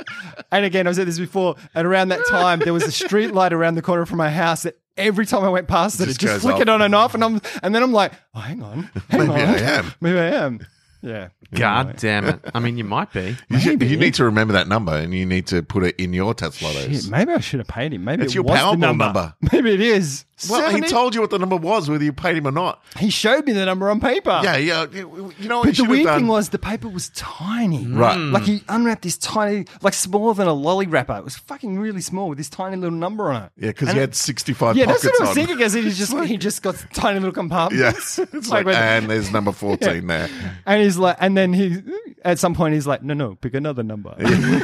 D: And again, I've said this before. And around that time, there was a street light around the corner from my house that every time I went past it,
A: Just
D: it just
A: goes
D: flickered
A: off.
D: on and off. And I'm, and then I'm like, oh,
A: (laughs)
D: hang on, hang
A: Maybe
D: on.
A: I am.
D: (laughs) Maybe I am. Yeah.
E: God damn it! I mean, you might be.
A: You, should- you need to remember that number and you need to put it in your Tats
D: Shit,
A: Lottos.
D: maybe I should have paid him. Maybe
A: It's
D: it
A: your
D: was
A: Powerball
D: the number.
A: number.
D: (laughs) Maybe it is.
A: Well, he
D: 70?
A: told you what the number was, whether you paid him or not.
D: he showed me the number on paper.
A: Yeah, yeah. You you know what you
D: Ah. But the
A: should have
D: weird
A: done? Mm.
D: thing was the paper was tiny.
A: Right.
D: Like he unwrapped this tiny, like smaller than a lolly wrapper. It was fucking really small with this tiny little number on it.
A: yeah, because
D: And
A: he
D: it-
A: had 65
D: Yeah, that's
A: pockets
D: what I was
A: on.
D: thinking. As he
A: (laughs)
D: just he just got tiny little (laughs)
A: Yeah.
D: compartments.
A: It's like,
D: when-
A: and there's number 14 there.
D: and he's like, and then he at some point he's like, no, no, pick another number.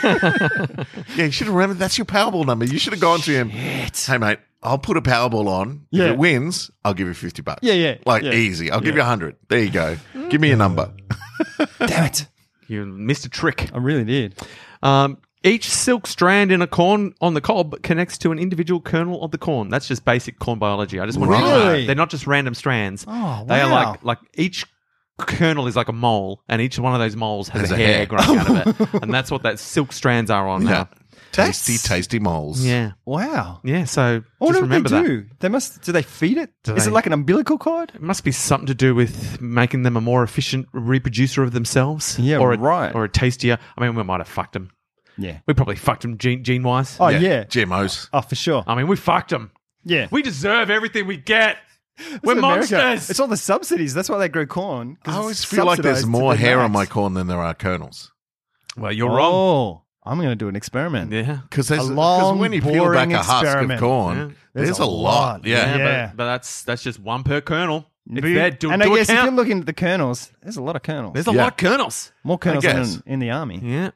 A: Yeah, you should have remembered that's your Powerball number. You should have gone to him. Hey, mate, I'll put a Powerball on.
D: Yeah.
A: If it wins, I'll give you 50 bucks.
D: Yeah, yeah,
A: Like,
D: yeah.
A: easy. I'll give you 100. There you go. Give me a number.
D: (laughs) Damn it,
E: You missed a trick.
D: I really did.
E: Um, each silk strand in a corn on the cob connects to an individual kernel of the corn. That's just basic corn biology. I just want to
D: Really?
E: they're not just random strands.
D: Oh,
E: They are
D: wow.
E: like like each kernel is like a mole, and each one of those moles has, a, hair, growing out of (laughs) it, and that's what that silk strands are
D: Mm.
E: on
A: Yeah.
E: now.
A: Tasty, tasty moles.
E: Yeah,
D: Wow.
E: yeah. So
D: What
E: just
D: do they
E: remember that.
D: do? They must. Do they feed it? Is
E: they-
D: it like an umbilical cord?
E: It must be something to do with making them a more efficient reproducer of themselves.
D: Yeah,
E: or a,
D: right.
E: Or a tastier. I mean, we might have fucked them.
D: Yeah.
E: We probably fucked them gene, gene wise.
D: Oh yeah.
A: GMOs.
D: Oh, for sure.
E: I mean, we fucked them.
D: Yeah.
E: Uh, We deserve everything we get. We're
D: It's America.
E: monsters.
D: It's all the subsidies. That's why they grow corn. 'cause
A: I
D: it's
A: always feel like there's
D: subsidized
A: more
D: to the
A: hair on my
D: max.
A: corn than there are kernels.
E: well, you're wrong.
D: Oh, I'm going to do an experiment.
E: Yeah.
A: Because
D: A
A: there's
D: long,
A: because when you peel back
D: boring
A: a husk of
D: experiment.
A: corn,
E: Yeah.
A: there's, a, lot. Yeah.
E: Yeah,
D: Yeah.
E: But, but that's that's just one per kernel. It's
D: But you-
E: there to,
D: and
E: to
D: I guess if
E: account.
D: you're looking at the kernels, there's a lot of kernels.
E: There's a
A: Yeah.
E: lot of kernels.
D: More kernels than
A: guess.
D: in, in the
E: (laughs)
D: army.
E: Yeah.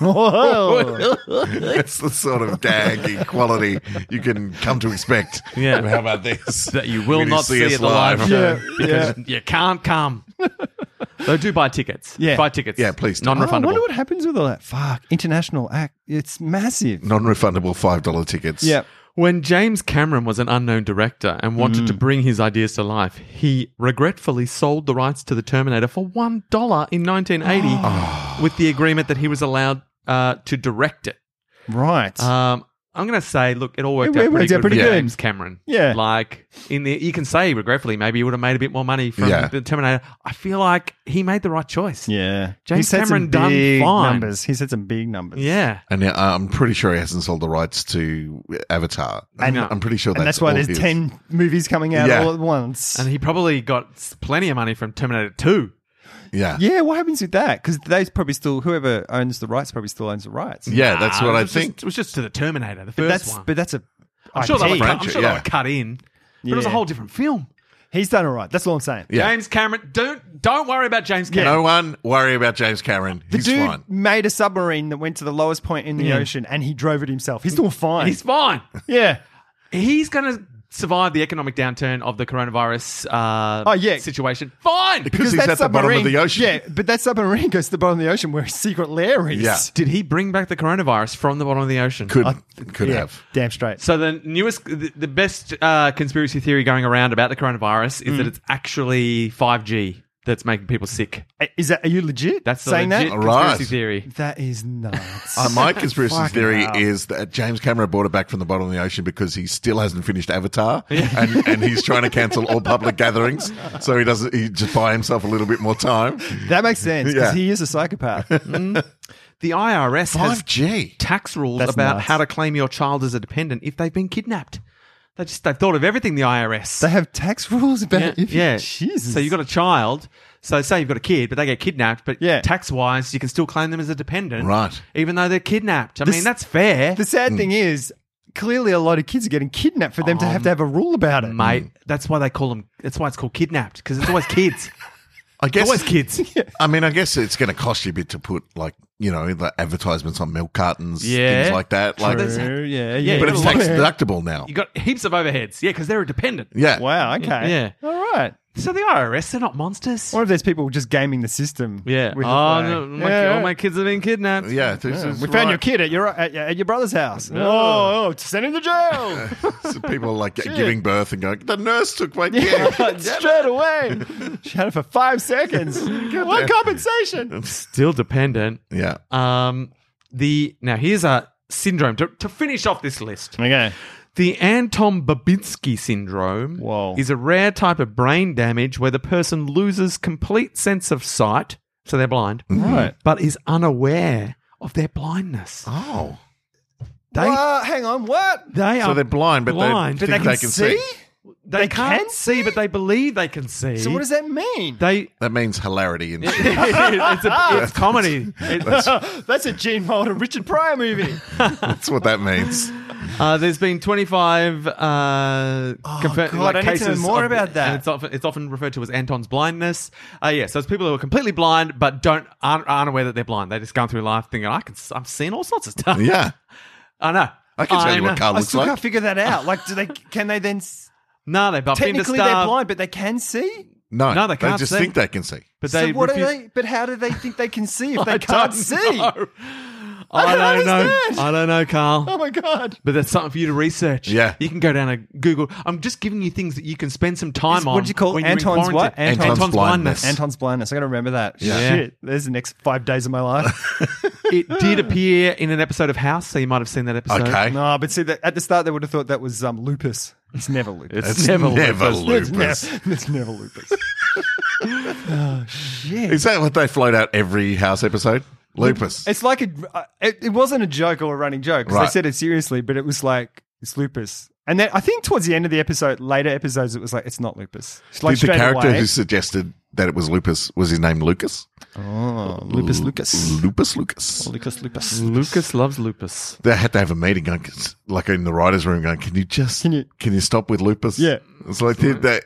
D: Whoa.
A: (laughs) It's the sort of dag quality you can come to expect.
E: (laughs) Yeah.
A: How about this?
E: That you will
A: When
E: not see,
A: us
E: at the live show
D: Yeah,
E: (laughs)
D: Oh,
E: because you can't
D: (laughs)
E: come. Though do buy tickets.
D: Yeah.
E: Buy tickets.
A: Yeah, please do.
E: Non
D: Oh, I
E: refundable.
D: wonder what happens with all that. Fuck. International act. It's massive.
A: Non-refundable $5 tickets.
D: Yeah.
E: When James Cameron was an unknown director and wanted
D: Mm.
E: to bring his ideas to life, he regretfully sold the rights to the Terminator for one dollar in
D: (gasps)
E: 1980, with the agreement that he was allowed uh, to direct it.
D: Right.
E: Um, I'm going to say, look, it all worked
D: It
E: out
D: worked
E: pretty,
D: out
E: good,
D: pretty
E: for
D: good.
E: James Cameron.
D: Yeah.
E: like in the you can say regretfully, maybe he would have made a bit more money from
A: Yeah.
E: the Terminator. I feel like he made the right choice.
D: yeah.
E: James
D: He's had
E: Cameron
D: some
E: done
D: big
E: fine.
D: numbers. He said some big numbers.
E: yeah.
A: And uh, I'm pretty sure he hasn't sold the rights to Avatar. I'm,
E: No.
A: I'm pretty sure
D: And
A: that's,
D: that's why
A: all
D: there's
A: his.
D: 10 movies coming out
A: Yeah.
D: all at once.
E: And he probably got s- plenty of money from Terminator 2.
A: Yeah. yeah.
D: yeah, what happens with that? Because they probably still, whoever owns the rights probably still owns the rights.
A: that's
E: Nah,
A: what
E: Uh, it
A: I
E: was just-
A: think.
E: it was just to the Terminator, the
D: But
E: first
D: that's,
E: one.
D: but that's a.
E: I'm sure, they were,
D: IP.
E: cut, I'm
A: Branch it,
E: sure
A: yeah.
E: they were cut in, but it was a
D: Yeah.
E: whole different film.
D: He's done all right. That's all I'm saying.
A: Yeah.
E: James Cameron, don't don't worry about James Cameron.
A: No one worry about James Cameron.
D: The
A: He's
D: dude
A: fine.
D: made a submarine that went to the lowest point in the
E: Yeah.
D: ocean and he drove it himself. He's doing fine.
E: He's fine.
A: (laughs)
D: yeah.
E: He's going to survive the economic downturn of the coronavirus uh,
D: Oh, yeah.
E: situation. Fine.
A: Because he's
D: that
A: at the bottom of
D: submarine-
A: the ocean.
D: Yeah, but that submarine (laughs) goes to the bottom of the ocean where his secret lair is. (laughs)
A: Yeah.
E: Did he bring back the coronavirus from the bottom of the ocean?
A: Could, could
D: Yeah,
A: have.
D: Damn straight.
E: So the newest, the, the
A: Mm.
E: best uh, conspiracy theory going around about the coronavirus is that it's actually 5G. that's making people sick.
D: Is that are you legit?
E: That's the
D: saying
E: legit
D: that.
A: All right.
E: conspiracy theory.
D: That is nuts. (laughs)
A: Uh, my conspiracy
D: Fucking
A: theory
D: hell.
A: is that James Cameron brought it back from the bottom of the ocean because he still hasn't finished
D: (laughs)
A: Avatar, and, and he's trying to cancel all public gatherings, so he doesn't. He just buy himself a little bit more time.
D: that makes sense because
A: Yeah.
D: he is a psychopath.
E: The IRS has
A: Five G.
E: tax rules
D: That's
E: about
D: nuts.
E: how to claim your child as a dependent if they've been kidnapped. They just they've thought of everything. The IRS.
D: they have tax rules about
E: yeah,
D: if you-
E: yeah.
D: Jesus.
E: So you've got a child. So say you've got a kid, but they get kidnapped. But
D: Yeah.
E: tax wise, you can still claim them as a dependent,
A: Right.
E: Even though they're kidnapped. I
D: This-
E: mean, that's fair,
D: the sad thing is, clearly a lot of kids are getting kidnapped for them to have to have a rule about it.
E: mate. That's why they call them. That's why it's called kidnapped because it's always kids.
A: I
E: It's
A: guess
E: always
D: (laughs)
E: kids.
A: I mean, I guess it's going to cost you a bit to put like you know the advertisements on milk cartons,
E: Yeah.
A: things like that. Like,
D: True, yeah, yeah,
A: but it's
E: You've got
A: tax
E: a
A: deductible now.
E: (laughs) You got heaps of overheads, yeah, because they're a dependent.
A: Yeah.
D: wow, okay,
E: Yeah.
D: all right.
E: So the IRS, they're not monsters.
D: Or if there's people just gaming the system,
E: yeah.
D: which is
E: oh,
D: like,
E: no, my,
D: yeah,
E: all my kids have been kidnapped.
A: Yeah, this is
D: We found your
A: right.
D: kid at your at, your- at your brother's house. Oh, oh, send him to (laughs) jail
A: So people are
D: (laughs)
A: like giving birth and going, the nurse took my (laughs) kid.
D: straight away. She had it for five seconds. What compensation?
E: Still dependent.
A: yeah.
D: Uh,
E: Um, the now here's a syndrome to, to finish off this list.
D: (laughs) Okay.
E: The Anton Babinski syndrome
D: Whoa.
E: is a rare type of brain damage where the person loses complete sense of sight, so they're blind,
D: Right.
E: but is unaware of their blindness.
A: Oh.
E: They
D: Wha- hang on. What?
E: they
A: So
E: are
A: they're blind, but
E: blind,
A: they
E: but
A: think they can see.
E: they, can't
D: can
E: see, but they believe they can see.
D: So what does that mean?
E: they?
A: That means hilarity
D: (laughs)
A: and shit.
E: it's, a, it's comedy. It-
A: (laughs)
D: (gasps) That's a Gene Wilder, Richard Pryor movie.
A: That's what that means.
E: uh, there's been 25 uh,
D: God, I need to know more
E: of-
D: about that.
E: and It's often, it's often referred to as Anton's blindness. Uh, yeah, so it's people who are completely blind but don't aren't, aren't aware that they're blind. They just go through life thinking, "I can, s- I'm seeing all sorts of stuff."
A: Yeah.
E: (laughs) I know.
A: I can tell you
E: know.
A: what Carl
D: I
A: looks
D: still
A: like.
D: can't figure that out. Like, do they? (laughs) Can they then? s-
E: No, they bump into
D: Technically,
E: stuff.
D: they're blind, but they can see.
A: No,
E: No, they can't
A: They just
E: see.
A: think they can see.
E: But
D: So
E: they
D: what
E: refuse-
D: do they? But how do they think they can see (laughs) if
E: I
D: they
E: (laughs) don't
D: can't see?
E: know. I
D: don't
E: don't know.
D: understand.
E: I don't know, Carl.
D: Oh my god!
E: But that's something for you to research.
A: Yeah.
E: You can go down to Google. I'm just giving you things that you can spend some time
D: Is-
E: on.
D: what do you call
E: when you're in
D: Anton's what?
E: quarantine.
D: Anton's
E: Anton's blindness.
A: blindness.
D: Anton's blindness. I got to remember that.
E: Yeah.
D: Shit, there's the next five days of my life. (laughs)
E: it did appear in an episode of House, so you might have seen that episode.
A: Okay.
D: no, but see, that, at the start they would have thought that was um, lupus. It's never lupus.
E: It's,
A: It's
E: never,
A: never
E: lupus.
A: lupus.
D: It's never, (laughs) it's never lupus.
A: Is that what they float out every house episode? Lupus.
D: It's like a. Uh, it, it wasn't a joke or a running joke. 'cause
A: Right.
D: They said it seriously, but it was like it's lupus. And then I think towards the end of the episode, later episodes, it was like it's not lupus. It's like
A: Did the
D: straight
A: character
D: away,
A: who suggested that it was lupus was his name Lucas?
D: oh, lupus, Lucas,
A: Lupus Lucas.
D: Lucas, Lupus.
E: Lucas loves lupus.
A: They had to have a meeting, going, like in the writers' room, going, "Can you just
D: Can you-
A: stop with lupus?"
D: Yeah.
A: it's like they, they,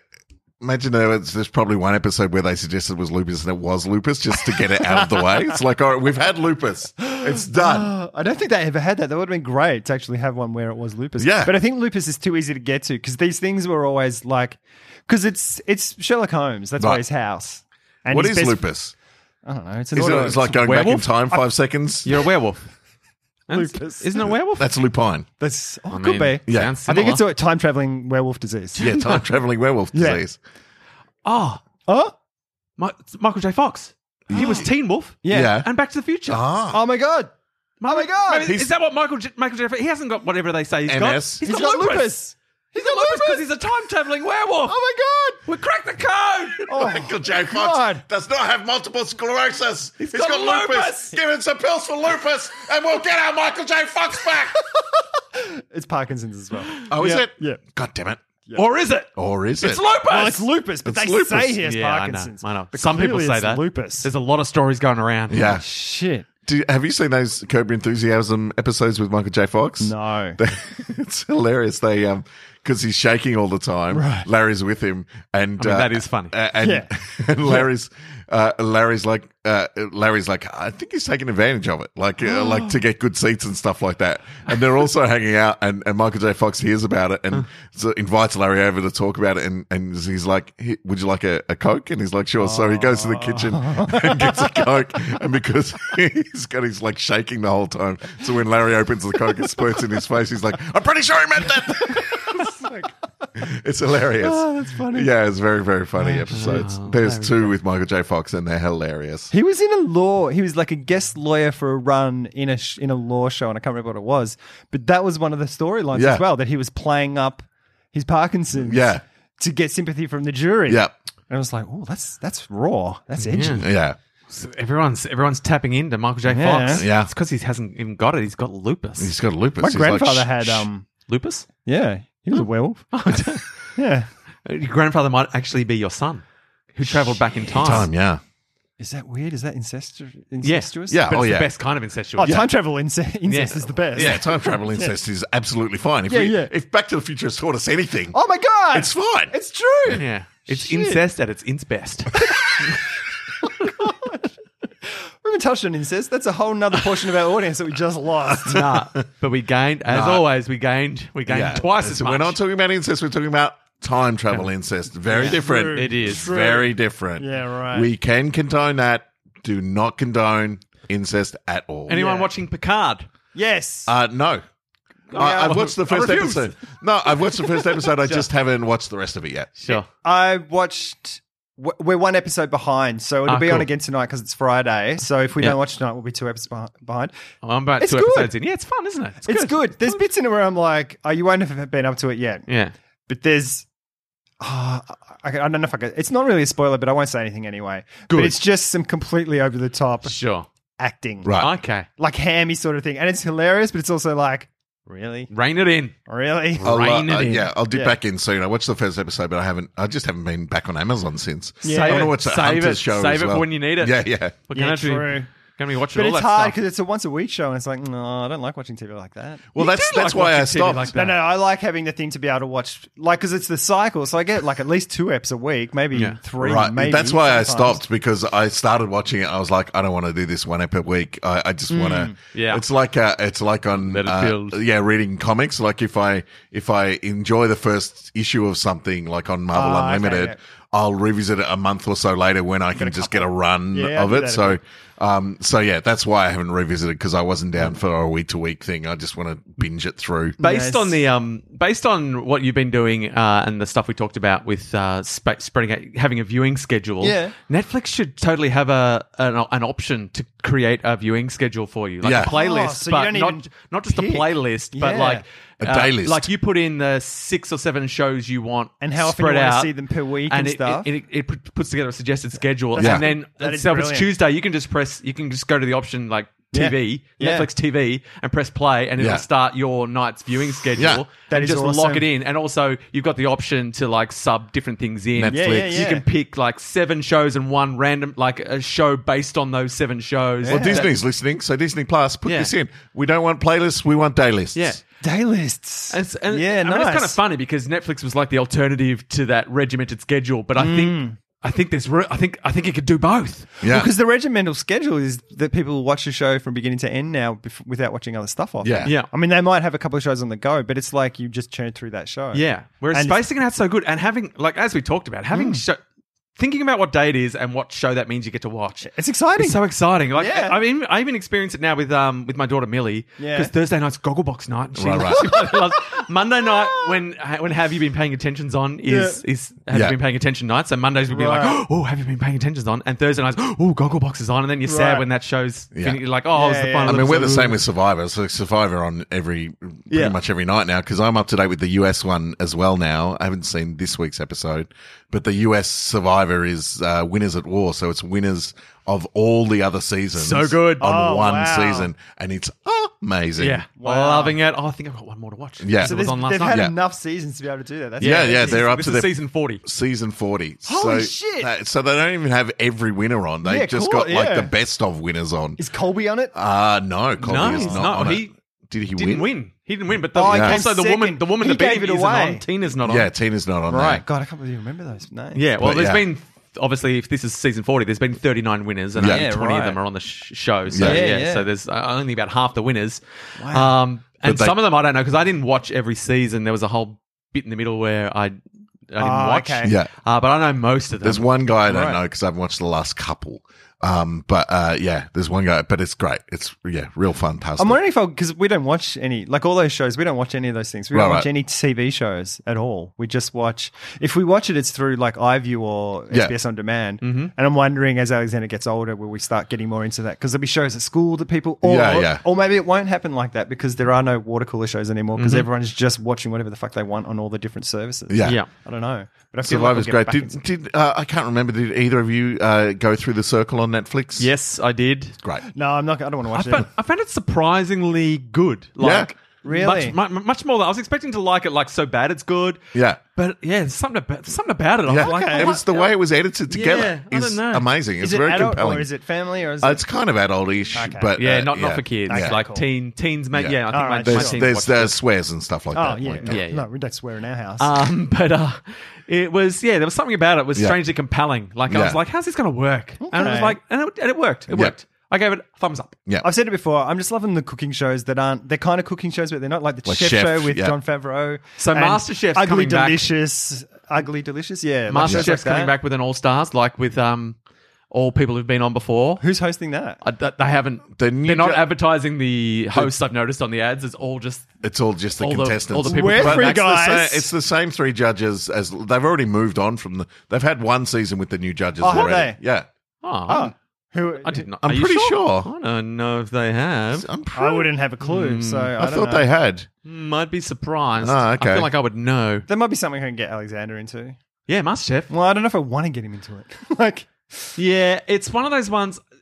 A: imagine there was, there's probably one episode where they suggested it was lupus and it was lupus just to get it out of the way. It's like, all right, we've had lupus, it's
D: (gasps)
A: done.
D: Oh, I don't think they ever had that. That would have been great to actually have one where it was lupus.
A: Yeah.
D: but I think lupus is too easy to get to because these things were always like because it's it's Sherlock Holmes. That's why
A: Right.
D: his house. And
A: what
D: his
A: is
D: best-
A: lupus?
D: I don't know. It's an
A: Is it,
D: auto-
A: it's like going
E: werewolf?
A: back in time five seconds.
E: You're a werewolf. That's-
D: Lupus.
E: Isn't it a werewolf?
A: That's lupine.
D: that's oh, it
E: I mean,
D: could be.
A: Yeah.
E: sounds
D: I think it's
E: similar.
D: a time traveling werewolf disease.
A: Yeah, time traveling werewolf
D: Yeah.
A: disease.
E: Oh,
D: Oh
E: Mi- Michael J. Fox.
A: (gasps)
E: He was Teen Wolf
D: yeah.
A: Yeah.
E: and Back to the Future.
A: Ah,
D: Oh my god. Oh my god.
E: Maybe- is that what Michael J. Michael J. Fox- He hasn't got whatever they say he's got.
A: MS.
D: he's got lupus.
E: He's got lupus because he's a time traveling werewolf.
D: Oh my god.
E: We cracked the
D: (laughs) Oh,
E: code.
A: Michael J. Fox
D: God.
A: does not have multiple sclerosis. He's
E: got
A: got,
E: lupus.
A: lupus. Give him some pills for lupus, and we'll get our Michael J. Fox back.
D: It's Parkinson's as well.
A: (laughs) Oh, is
D: Yeah,
A: it?
D: yeah.
A: God damn it.
E: Or is it?
A: Or is
E: It's
A: it?
E: lupus.
D: Well, it's lupus, but
A: It's
D: they
A: lupus.
D: say he has
E: Yeah, I know,
D: Parkinson's.
E: I know.
D: But
E: Some people
D: clearly
E: say
D: it's
E: that.
D: lupus.
E: There's a lot of stories going around.
A: Yeah.
D: Shit.
A: Do, have you seen those Curb Your Enthusiasm episodes with Michael J. Fox? (laughs)
D: No.
A: it's hilarious. They um because he's shaking all the time.
D: Right.
A: Larry's with him, and
E: I mean, that is funny.
A: uh, and,
D: Yeah.
A: and (laughs) Larry's uh, Larry's like uh, Larry's like I think he's taking advantage of it, like uh,
D: (gasps)
A: like to get good seats and stuff like that. And they're also hanging out, and, and Michael J. Fox hears about it and so invites Larry over to talk about it, and, and he's like, "Hey, "Would you like a, a coke?" And he's like, "Sure." So he goes to the kitchen
D: Oh.
A: and gets
D: (laughs)
A: a coke, and because (laughs) he's got he's like shaking the whole time,
D: (laughs)
A: so when Larry opens the coke, it spurts in his face. He's like, "I'm pretty sure he meant that." It's like- (laughs) it's hilarious.
D: Oh, that's funny.
A: Yeah, it's very, very funny episodes.
E: Oh,
A: There's
E: very
A: two with Michael J. Fox, and they're hilarious.
D: He was in a law. He was like a guest lawyer for a run in a sh- in a law show, and I can't remember what it was. But that was one of the storylines
A: Yeah.
D: as well that he was playing up his Parkinson's,
A: Yeah.
D: to get sympathy from the jury.
A: Yeah,
D: and I was like, oh, that's that's raw. That's edgy.
A: yeah.
E: So everyone's everyone's tapping into Michael J.
D: Yeah.
E: Fox.
A: Yeah.
E: it's because he hasn't even got it. He's got lupus.
A: He's got lupus.
D: My
A: He's like,
D: grandfather
A: "Shh,
D: had
A: shh."
D: um,
E: lupus. (laughs)
D: (laughs) yeah, he was a werewolf. Yeah,
E: Your grandfather might actually be your son, who travelled back in time.
A: time. Yeah,
D: is that weird? Is that incestu-
E: Yeah.
D: incestuous?
A: yeah.
E: But
A: oh
E: it's
A: yeah.
E: the best kind of incestuous.
D: Oh, time travel ince- incest is the best.
A: Yeah, time
D: (laughs)
A: travel incest is absolutely fine. If
D: Yeah,
A: we,
D: yeah.
A: if Back to the Future has taught us anything,
D: Oh my god,
A: it's fine.
D: it's true.
E: Yeah. It's
D: Shit.
E: incest at its
A: (laughs)
E: ins best.
D: We haven't touched on incest. That's a whole nother portion of our audience that we
E: (laughs)
D: just lost.
E: nah, but we gained, as
A: Nah.
E: always, we gained, we gained twice as
A: so
E: much.
A: We're not talking about incest. We're talking about time travel incest. Very different.
E: True. It is. True.
A: very different.
D: Yeah, right.
A: We can condone that. Do not condone incest at all.
E: Anyone
D: Yeah.
E: watching Picard?
D: yes.
A: Uh, no. I, I've watched the
E: Oh, I
A: first
E: refuse.
A: episode. No, I've watched the first episode. I just haven't watched the rest of it yet.
E: Sure.
D: I watched. w- We're one episode behind, so it'll
E: Ah,
D: be on
E: cool.
D: again tonight because it's Friday. So if we
E: Yeah.
D: don't watch tonight, we'll be two episodes beh- behind.
E: I'm about
D: It's
E: two
D: good.
E: episodes in. Yeah, it's fun, isn't it?
D: It's good. There's bits in it where I'm like, oh, you won't have been up to it yet.
E: Yeah.
D: But there's. ah, I, I don't know if I can. It's not really a spoiler, but I won't say anything anyway. But
E: Good.
D: it's just some completely over the top
E: Sure.
D: acting.
A: Right.
E: Okay.
D: Like hammy sort of thing. And it's hilarious, but it's also like, really?
E: Rein it in.
D: Really?
A: I'll, uh,
E: Rein it
A: uh,
E: in.
A: yeah, I'll dip
D: Yeah.
A: back in soon. I watched the first episode, but I haven't. I just haven't been back on Amazon since.
D: Yeah.
A: I
E: Save
A: wanna
E: it.
A: watch that
E: Save
A: Hunter
E: it.
A: show
E: Save
A: as
E: it for
A: well.
E: when you need it.
A: Yeah, yeah.
E: We're
D: Yeah,
E: going to
D: true.
E: be watching
D: But
E: all
D: it's
E: that
D: hard
E: stuff.
D: because it's a once a week show, and it's like, no, I don't like watching TV like that.
A: Well, that's
E: do
A: that's
E: like
A: why I
E: watching TV
A: stopped.
E: like
D: No,
E: that.
D: no, I like having the thing to be able to watch, like, because it's the cycle. So I get like at least two eps a week, maybe
E: Yeah.
D: three.
A: Right.
D: maybe
A: That's why I
D: sometimes.
A: stopped because I started watching it. I was like, I don't want to do this one ep a week. I, I just want
D: Mm,
A: to.
E: Yeah.
A: It's like uh, it's like on
E: Let it
A: uh,
E: build.
A: yeah, reading comics. Like if I if I enjoy the first issue of something, like on Marvel
D: Ah, okay,
A: Unlimited,
D: yeah.
A: I'll revisit it a month or so later when I can just get a run
D: Yeah, I
A: of
D: do
A: it.
D: that a
A: So. Um, so yeah, that's why I haven't revisited because I wasn't
D: Mm.
A: down for a week to week thing. I just want to binge it through.
E: based
D: Yes.
E: on the um, based on what you've been doing uh, and the stuff we talked about with uh, sp- spreading out, having a viewing schedule.
D: Yeah.
E: Netflix should totally have a an, an option to create a viewing schedule for you, like
A: Yeah.
E: a playlist,
D: Oh, so you
E: but
D: don't
E: not
D: even
E: not just
D: pick.
E: a playlist, but
D: Yeah.
E: like uh,
A: A day list.
E: Like you put in the six or seven shows you want
D: And how often
E: spread
D: you wanna
E: out,
D: see them per week and
E: it,
D: stuff.
E: It, it, it put- puts together a suggested schedule,
A: Yeah.
E: and then
D: That is
E: itself it's
D: brilliant.
E: Tuesday. You can just press. You can just go to the option like.
D: Yeah.
E: TV,
D: Yeah.
E: Netflix TV, and press play, and it'll
A: Yeah.
E: start your night's viewing schedule
A: Yeah.
D: That
E: and
D: is
E: just
D: awesome.
E: lock it in. And also, you've got the option to like sub different things in.
A: Netflix. Yeah,
D: yeah, yeah.
E: You can pick like seven shows and one random, like a show based on those seven shows.
A: Well, Disney's listening, so Disney Plus, put
E: Yeah.
A: this in. We don't want playlists, we want day lists.
E: Yeah.
D: day lists.
E: And, it's- and-
D: yeah,
E: I
D: nice.
E: mean, it's kind of funny because Netflix was like the alternative to that regimented schedule, but I
D: Mm.
E: think I think there's re- I think I think it could do both.
A: Yeah.
D: because the regimental schedule is that people watch the show from beginning to end now bef- without watching other stuff off.
A: Yeah.
D: it.
E: Yeah.
D: I mean, they might have a couple of shows on the go, but it's like you just churn through that show.
E: Yeah. Whereas
D: And Mm. it's-
E: spacing it out so good and having like as we talked about, having show thinking about what day it is and what show that means you get to watch.
D: it's exciting.
E: It's so exciting. Like
D: Yeah.
E: I, I mean, I even experience it now with um with my daughter Millie.
D: Yeah.
E: Because Thursday night's Gogglebox night. and She
A: Right, right.
E: (laughs) she really loves- Monday night when when have you been paying attentions on is is have
A: Yeah.
E: you been paying attention night. So Mondays would be
D: Right.
E: like oh have you been paying attentions on and Thursday nights oh Gogglebox is on and then you're sad
D: Right.
E: when that shows
A: Yeah.
E: fin- you're like oh it was
D: Yeah,
E: the
D: yeah.
E: final.
A: I mean, we're the
E: episode.
A: same with Survivor. So Survivor on every pretty
E: Yeah.
A: much every night now because I'm up to date with the US one as well now. I haven't seen this week's episode, but the US Survivor is uh, winners at war, so it's winners of all the other seasons.
E: So good.
A: on
D: Oh,
A: one
D: wow.
A: season, and it's amazing.
E: Yeah, loving it. Oh, I think I've got one more to watch.
A: Yeah.
E: So
A: So
E: it was
D: There's-
E: on last
D: they've
E: night.
D: had
A: Yeah.
D: enough seasons to be able to do that. That's
A: yeah,
D: great.
A: yeah. They're up
E: this
A: to
E: is
A: their
E: season forty.
A: season 40.
D: Holy
A: so,
D: shit.
A: uh, so they don't even have every winner on. They've
D: Yeah,
A: just
D: cool,
A: got like
D: yeah.
A: the best of winners on.
D: Is Colby on it?
A: Uh no, Colby
E: No,
A: is
E: he's
A: not.
E: not.
A: on it.
E: He
A: did he win?
E: Didn't win. He didn't win, but the,
D: Oh, he came
E: also the woman,
D: second.
E: the woman
D: He
E: that beat
D: gave
E: him
D: it
E: isn't
D: away.
E: on. Tina's not on.
A: Yeah, Tina's not on
E: Right.
D: God, I can't believe you remember those names.
E: Yeah, well,
A: But
E: there's
A: yeah.
E: been obviously if this is season 40, there's been 39 winners, and
A: Yeah.
E: only
A: Yeah,
E: 20
D: right.
E: of them are on the sh- show. So
A: Yeah.
E: yeah,
D: Yeah, yeah.
E: so there's uh, only about half the winners. Wow. Um, and
A: But they-
E: some of them I don't know because I didn't watch every season. There was a whole bit in the middle where I I didn't
D: Ah,
E: watch.
D: okay.
A: Yeah.
E: uh, but I know most of them.
A: There's one guy I don't
D: Right.
A: know because I haven't watched the last couple. Um, but uh, yeah, there's one guy, but it's great. It's yeah, real fun.
D: I'm wondering if I'll because we don't watch any like all those shows. We don't watch any of those things. We don't
A: Right,
D: watch
A: right.
D: any TV shows at all. We just watch. If we watch it, it's through like iView or
A: Yeah. Mm-hmm.
D: SBS on demand. And I'm wondering as Alexander gets older, will we start getting more into that? Because there'll be shows at school that people, or
A: Yeah, yeah.
D: or maybe it won't happen like that because there are no water cooler shows anymore because everyone's just watching whatever the fuck they want on all the different services.
A: Mm-hmm. Yeah.
E: Yeah.
D: I don't know, but I feel like
A: Survivor's
D: we'll get
A: great.
D: back into-
A: Did, did uh, I can't remember? Did either of you uh, go through the circle on Netflix?
E: Yes, I did.
A: great.
D: no, I'm not. I don't want to
E: I
D: watch it.
E: found, I found it surprisingly good. Like,
D: Really?
E: Much, mu- much more. Than, I was expecting to like it like so bad it's good.
A: Yeah.
E: But yeah, there's something about there's something about it. I
A: Yeah,
E: like, I
A: it was
E: like-
A: the way it was edited together.
E: I
A: is
E: don't know.
A: amazing. It's
D: Is it
A: very
D: adult
A: compelling.
D: or is it family or is
A: Uh,
D: it?
A: it's kind of adult-ish,
D: Okay.
A: but
E: yeah,
A: uh,
E: not not
A: yeah.
E: for kids.
D: Okay,
E: like
D: cool.
E: teen teens. Mate, yeah.
A: Yeah.
E: I think
D: All
E: my,
D: right,
E: my
D: sure.
A: There's
E: teens
A: there's
E: watched
A: uh,
E: it.
A: swears and stuff like
D: Oh
A: that.
D: yeah,
A: Like,
E: yeah, yeah.
D: no, we don't swear in our house.
E: Um, (laughs) but uh, it was yeah. There was something about it was
A: Yeah.
E: strangely compelling. Like I
A: Yeah.
E: was like, how's this going to work? And it was
D: Okay.
E: like, and it, and it worked. It
A: Yeah.
E: worked. I gave it a thumbs up.
A: yeah.
D: I've said it before. I'm just loving the cooking shows that aren't. They're kind of cooking shows, but they're not like the
A: Like
D: chef,
A: Chef,
D: show with
A: yeah.
D: John Favreau.
E: So
D: and
E: MasterChef's
D: ugly
E: coming back.
D: delicious, ugly delicious. Yeah, like
E: Master
D: shows
E: Chef's
D: like
E: coming
D: that.
E: back with an all stars, like with um, all people who've been on before.
D: Who's hosting that?
E: I, th- they haven't.
A: The
E: They're
A: new
E: not
A: jo-
E: advertising the hosts. I've noticed on the ads. It's all just
A: It's all just the
E: all the,
A: contestants.
E: all the people.
D: We're
E: from
D: free
E: Max-
D: guys.
A: It's the same- it's the same three judges as they've already moved on from the. They've had one season with the new judges
D: Oh, have
A: already.
D: they?
A: Yeah,
E: Oh,
D: Oh, who?
E: I did not.
A: I'm
E: Are you
A: pretty sure.
E: I don't know if they have.
A: I'm pretty,
D: I wouldn't have a clue. so I,
A: Hmm. I,
D: don't
A: thought
D: know.
A: they had.
E: Mm, I'd be surprised.
A: Ah,
E: I
A: okay.
E: feel like I would know.
D: There might be something I can get Alexander into.
E: Yeah, MasterChef.
D: Well, I don't know if I want to get him into it. (laughs) like,
E: Yeah, it's one of those ones.
D: 'Cause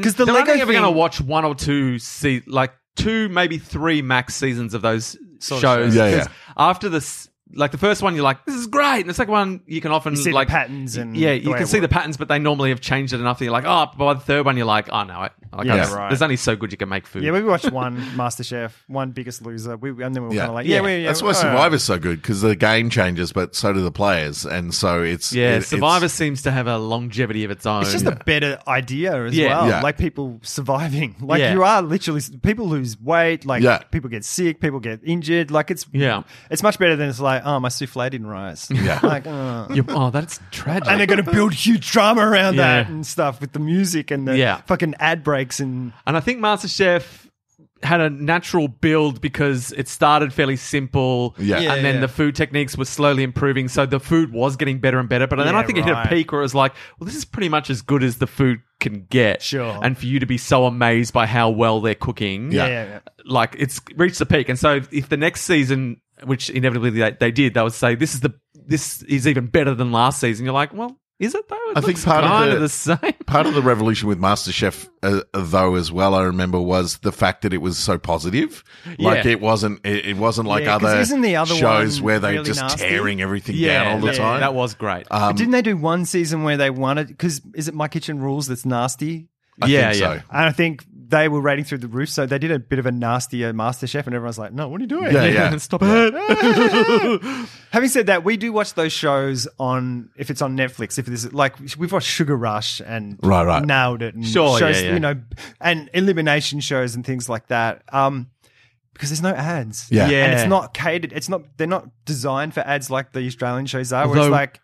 E: Because
D: the
E: the
D: Lego
E: ever
D: thing-
E: going to watch one or two, se- like two, maybe three max seasons of those
D: Sort of
E: shows.
D: shows.
A: Yeah, yeah.
E: 'Cause After this, like the first one, you're like, this is great. And the second one, you can often
D: You see the
E: like
D: patterns and
E: yeah,
D: the
E: you
D: way
E: can
D: it
E: see the
D: works.
E: patterns, but they normally have changed it enough that you're like, oh. But by the third one, you're like, oh no, I, like,
D: Yeah,
E: I just-
D: right.
E: there's only so good you can make food.
D: yeah, we watched one (laughs) MasterChef, one Biggest Loser. We and then we were
A: Yeah.
D: kind of like, yeah, we- yeah,
A: That's why
D: all right.
A: Survivor's so good because the game changes, but so do the players, and so it's
E: Yeah,
A: it- it's-
E: Survivor seems to have a longevity of its own.
D: It's just a better idea as
E: Yeah.
D: well.
A: Yeah.
D: Like people surviving. (laughs) Like
E: Yeah.
D: you are literally people lose weight. Like
A: Yeah.
D: people get sick. People get injured. Like it's
E: Yeah.
D: it's much better than it's like oh my souffle didn't rise.
A: Yeah.
D: (laughs) like, uh.
E: You- oh, that's tragic.
D: and they're going to build huge drama around
E: Yeah.
D: that and stuff with the music and the
E: Yeah.
D: fucking ad breaks and
E: And I think MasterChef had a natural build because it started fairly simple.
A: Yeah. Yeah,
E: and then
D: yeah.
E: the food techniques were slowly improving. So the food was getting better and better. But then
D: Yeah,
E: I think it hit
D: right.
E: a peak where it was like, well, this is pretty much as good as the food can get.
D: Sure.
E: And for you to be so amazed by how well they're cooking.
D: yeah, yeah, yeah.
E: Like it's reached the peak. And so if, if the next season, which inevitably they, they did, they would say, this is the this is even better than last season. You're like, well, is it though? It
A: I think
E: looks
A: part of
E: kind
A: the-
E: of
A: (laughs)
E: the same.
A: Part of the revolution with MasterChef, uh, though, as well, I remember was the fact that it was so positive. Like
E: Yeah.
A: it wasn't, it, it wasn't like
D: Yeah, 'cause
A: other,
D: isn't the other
A: shows
D: one
A: where they are
D: really
A: just
D: nasty?
A: tearing everything down all the
E: that-
A: time.
E: That was great.
A: Um,
D: Didn't they do one season where they wanted? Because is it My Kitchen Rules that's nasty?
A: I
E: yeah,
A: think
E: yeah.
A: so.
D: And I think they were rating through the roof, so they did a bit of a nastier MasterChef, and everyone's like, "No, what are you doing?
A: Yeah, yeah.
E: Stop it.
D: Having said that, we do watch those shows on if it's on Netflix. If it's like we've watched Sugar Rush and
A: Right, right.
D: nailed it. And
E: Sure,
D: shows,
E: yeah, yeah.
D: you know, and elimination shows and things like that. Um, because there's no ads.
A: Yeah.
E: Yeah.
D: and it's not catered. It's not. They're not designed for ads like the Australian shows are. Where it's
E: Although-
D: like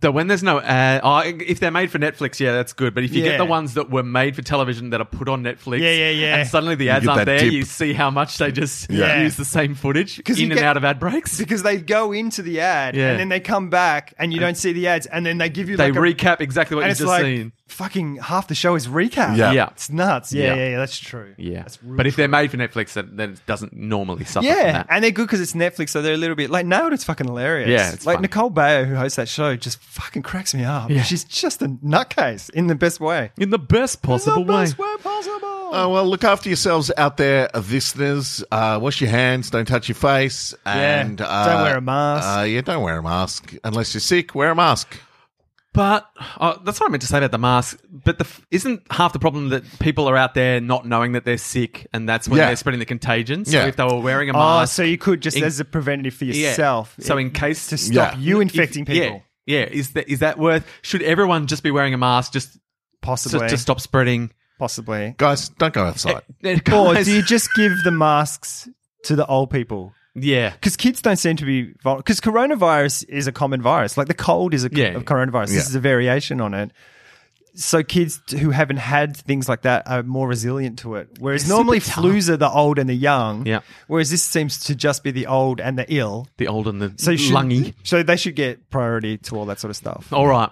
E: So when there's no ad, oh, if they're made for Netflix, yeah, that's good. But if you
D: Yeah.
E: get the ones that were made for television that are put on Netflix,
D: Yeah, yeah, yeah.
E: and suddenly the ads
A: get
E: aren't
A: that
E: there,
A: dip.
E: you see how much they just
D: Yeah.
E: use the same footage
D: 'Cause
E: in
D: you
E: and
D: get-
E: out of ad
D: (laughs)
E: breaks.
D: because they go into the ad
E: Yeah.
D: and then they come back and you don't see the ads and then they give you
E: They
D: like a-
E: recap exactly what
D: and
E: you've
D: it's
E: just
D: like
E: seen.
D: fucking half the show is recap.
A: Yeah.
E: Yeah.
D: it's nuts. Yeah, yeah,
E: Yeah.
D: yeah. that's true.
E: Yeah,
D: that's real
E: but if they're made for Netflix, then, then it doesn't normally suffer. from
D: Yeah,
E: that.
D: and they're good because it's Netflix, so they're a little bit like nailed. It's fucking hilarious.
E: Yeah, it's
D: like
E: funny.
D: Nicole Bayer, who hosts that show, just fucking cracks me up.
E: Yeah.
D: she's just a nutcase in the best way.
E: in the best possible
D: the
E: way.
D: best way possible.
A: Oh, well, look after yourselves out there, listeners. Uh, wash your hands, don't touch your face, and uh,
D: don't wear a mask.
A: Uh, yeah, don't wear a mask unless you're sick. Wear a mask.
E: But oh, that's what I meant to say about the mask. But the, f- isn't half the problem that people are out there not knowing that they're sick, and that's when
A: Yeah.
E: they're spreading the contagion. So
A: Yeah.
E: if they were wearing a
D: Oh,
E: mask,
D: so you could just
E: In-
D: as a preventative for
E: yeah.
D: yourself.
E: So
D: it-
E: in case
D: to stop
A: Yeah.
D: you infecting
E: If-
D: people,
E: Yeah, yeah. Is that is that worth? Should everyone just be wearing a mask just to,
D: possibly,
E: to stop spreading?
D: possibly.
A: Guys, don't go outside.
E: (laughs)
D: Or
E: Guys-
D: do you just give the masks to the old people?
E: yeah,
D: because kids don't seem to be because coronavirus is a common virus. Like the cold is a,
E: Yeah.
D: a coronavirus.
A: Yeah.
D: This is a variation on it. so kids t- who haven't had things like that are more resilient to it. Whereas normally flus are the old and the young.
E: Yeah.
D: Whereas this seems to just be the old and the ill.
E: The old and the
D: So you should,
E: lungy.
D: So they should get priority to all that sort of stuff.
E: All right.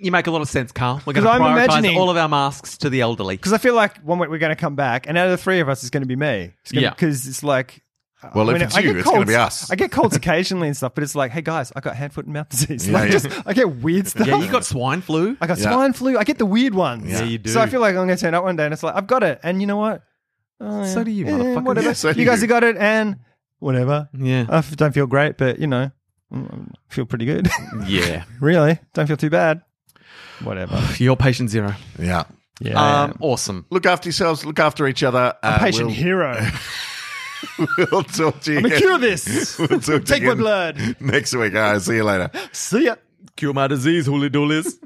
E: You make a lot of sense, Carl. We're going
D: 'Cause
E: to
D: I'm
E: prioritize
D: imagining-
E: all of our masks to the
D: (laughs)
E: elderly.
D: Because I feel like one week we're going to come back, and out of the three of us, it's going to be me. It's gonna,
E: Yeah.
D: Because it's like.
A: Well, if
D: mean,
A: it's
D: I
A: you,
D: get
A: it's gonna be
D: colds-
A: us.
D: I
A: (laughs)
D: get colds occasionally and stuff, but it's like, hey guys, I got hand, foot, and mouth disease.
A: Yeah,
D: like,
A: yeah.
D: Just, I get weird stuff.
E: yeah, you
D: (laughs)
E: got swine flu.
D: I got
A: Yeah.
D: swine flu. I get the weird ones.
A: Yeah,
E: you do.
D: So I feel like I'm going to turn up one day and it's like, I've got it. And you know what? Oh,
E: So do you,
D: Eh,
E: motherfucker.
D: Whatever.
A: Yeah, so
D: you
A: do
D: guys
A: you.
D: have got it and whatever.
E: Yeah.
D: (laughs) I f- don't feel great, but you know, mm, I feel pretty good. (laughs)
E: yeah.
D: really? Don't feel too bad. Whatever.
E: You're patient zero.
A: Yeah.
D: (laughs) Yeah. I
E: Um,
D: am.
E: awesome.
A: Look after yourselves. Look after each other. Uh,
D: patient
A: we'll-
D: hero.
A: (laughs) We'll talk to you.
D: I'm going to
A: again-
D: cure
A: (laughs)
D: this.
A: We'll talk to
D: Take
A: you
D: my
A: again
D: blood.
A: next week. All right. See you later.
D: See ya.
E: Cure my disease, hooly doolies.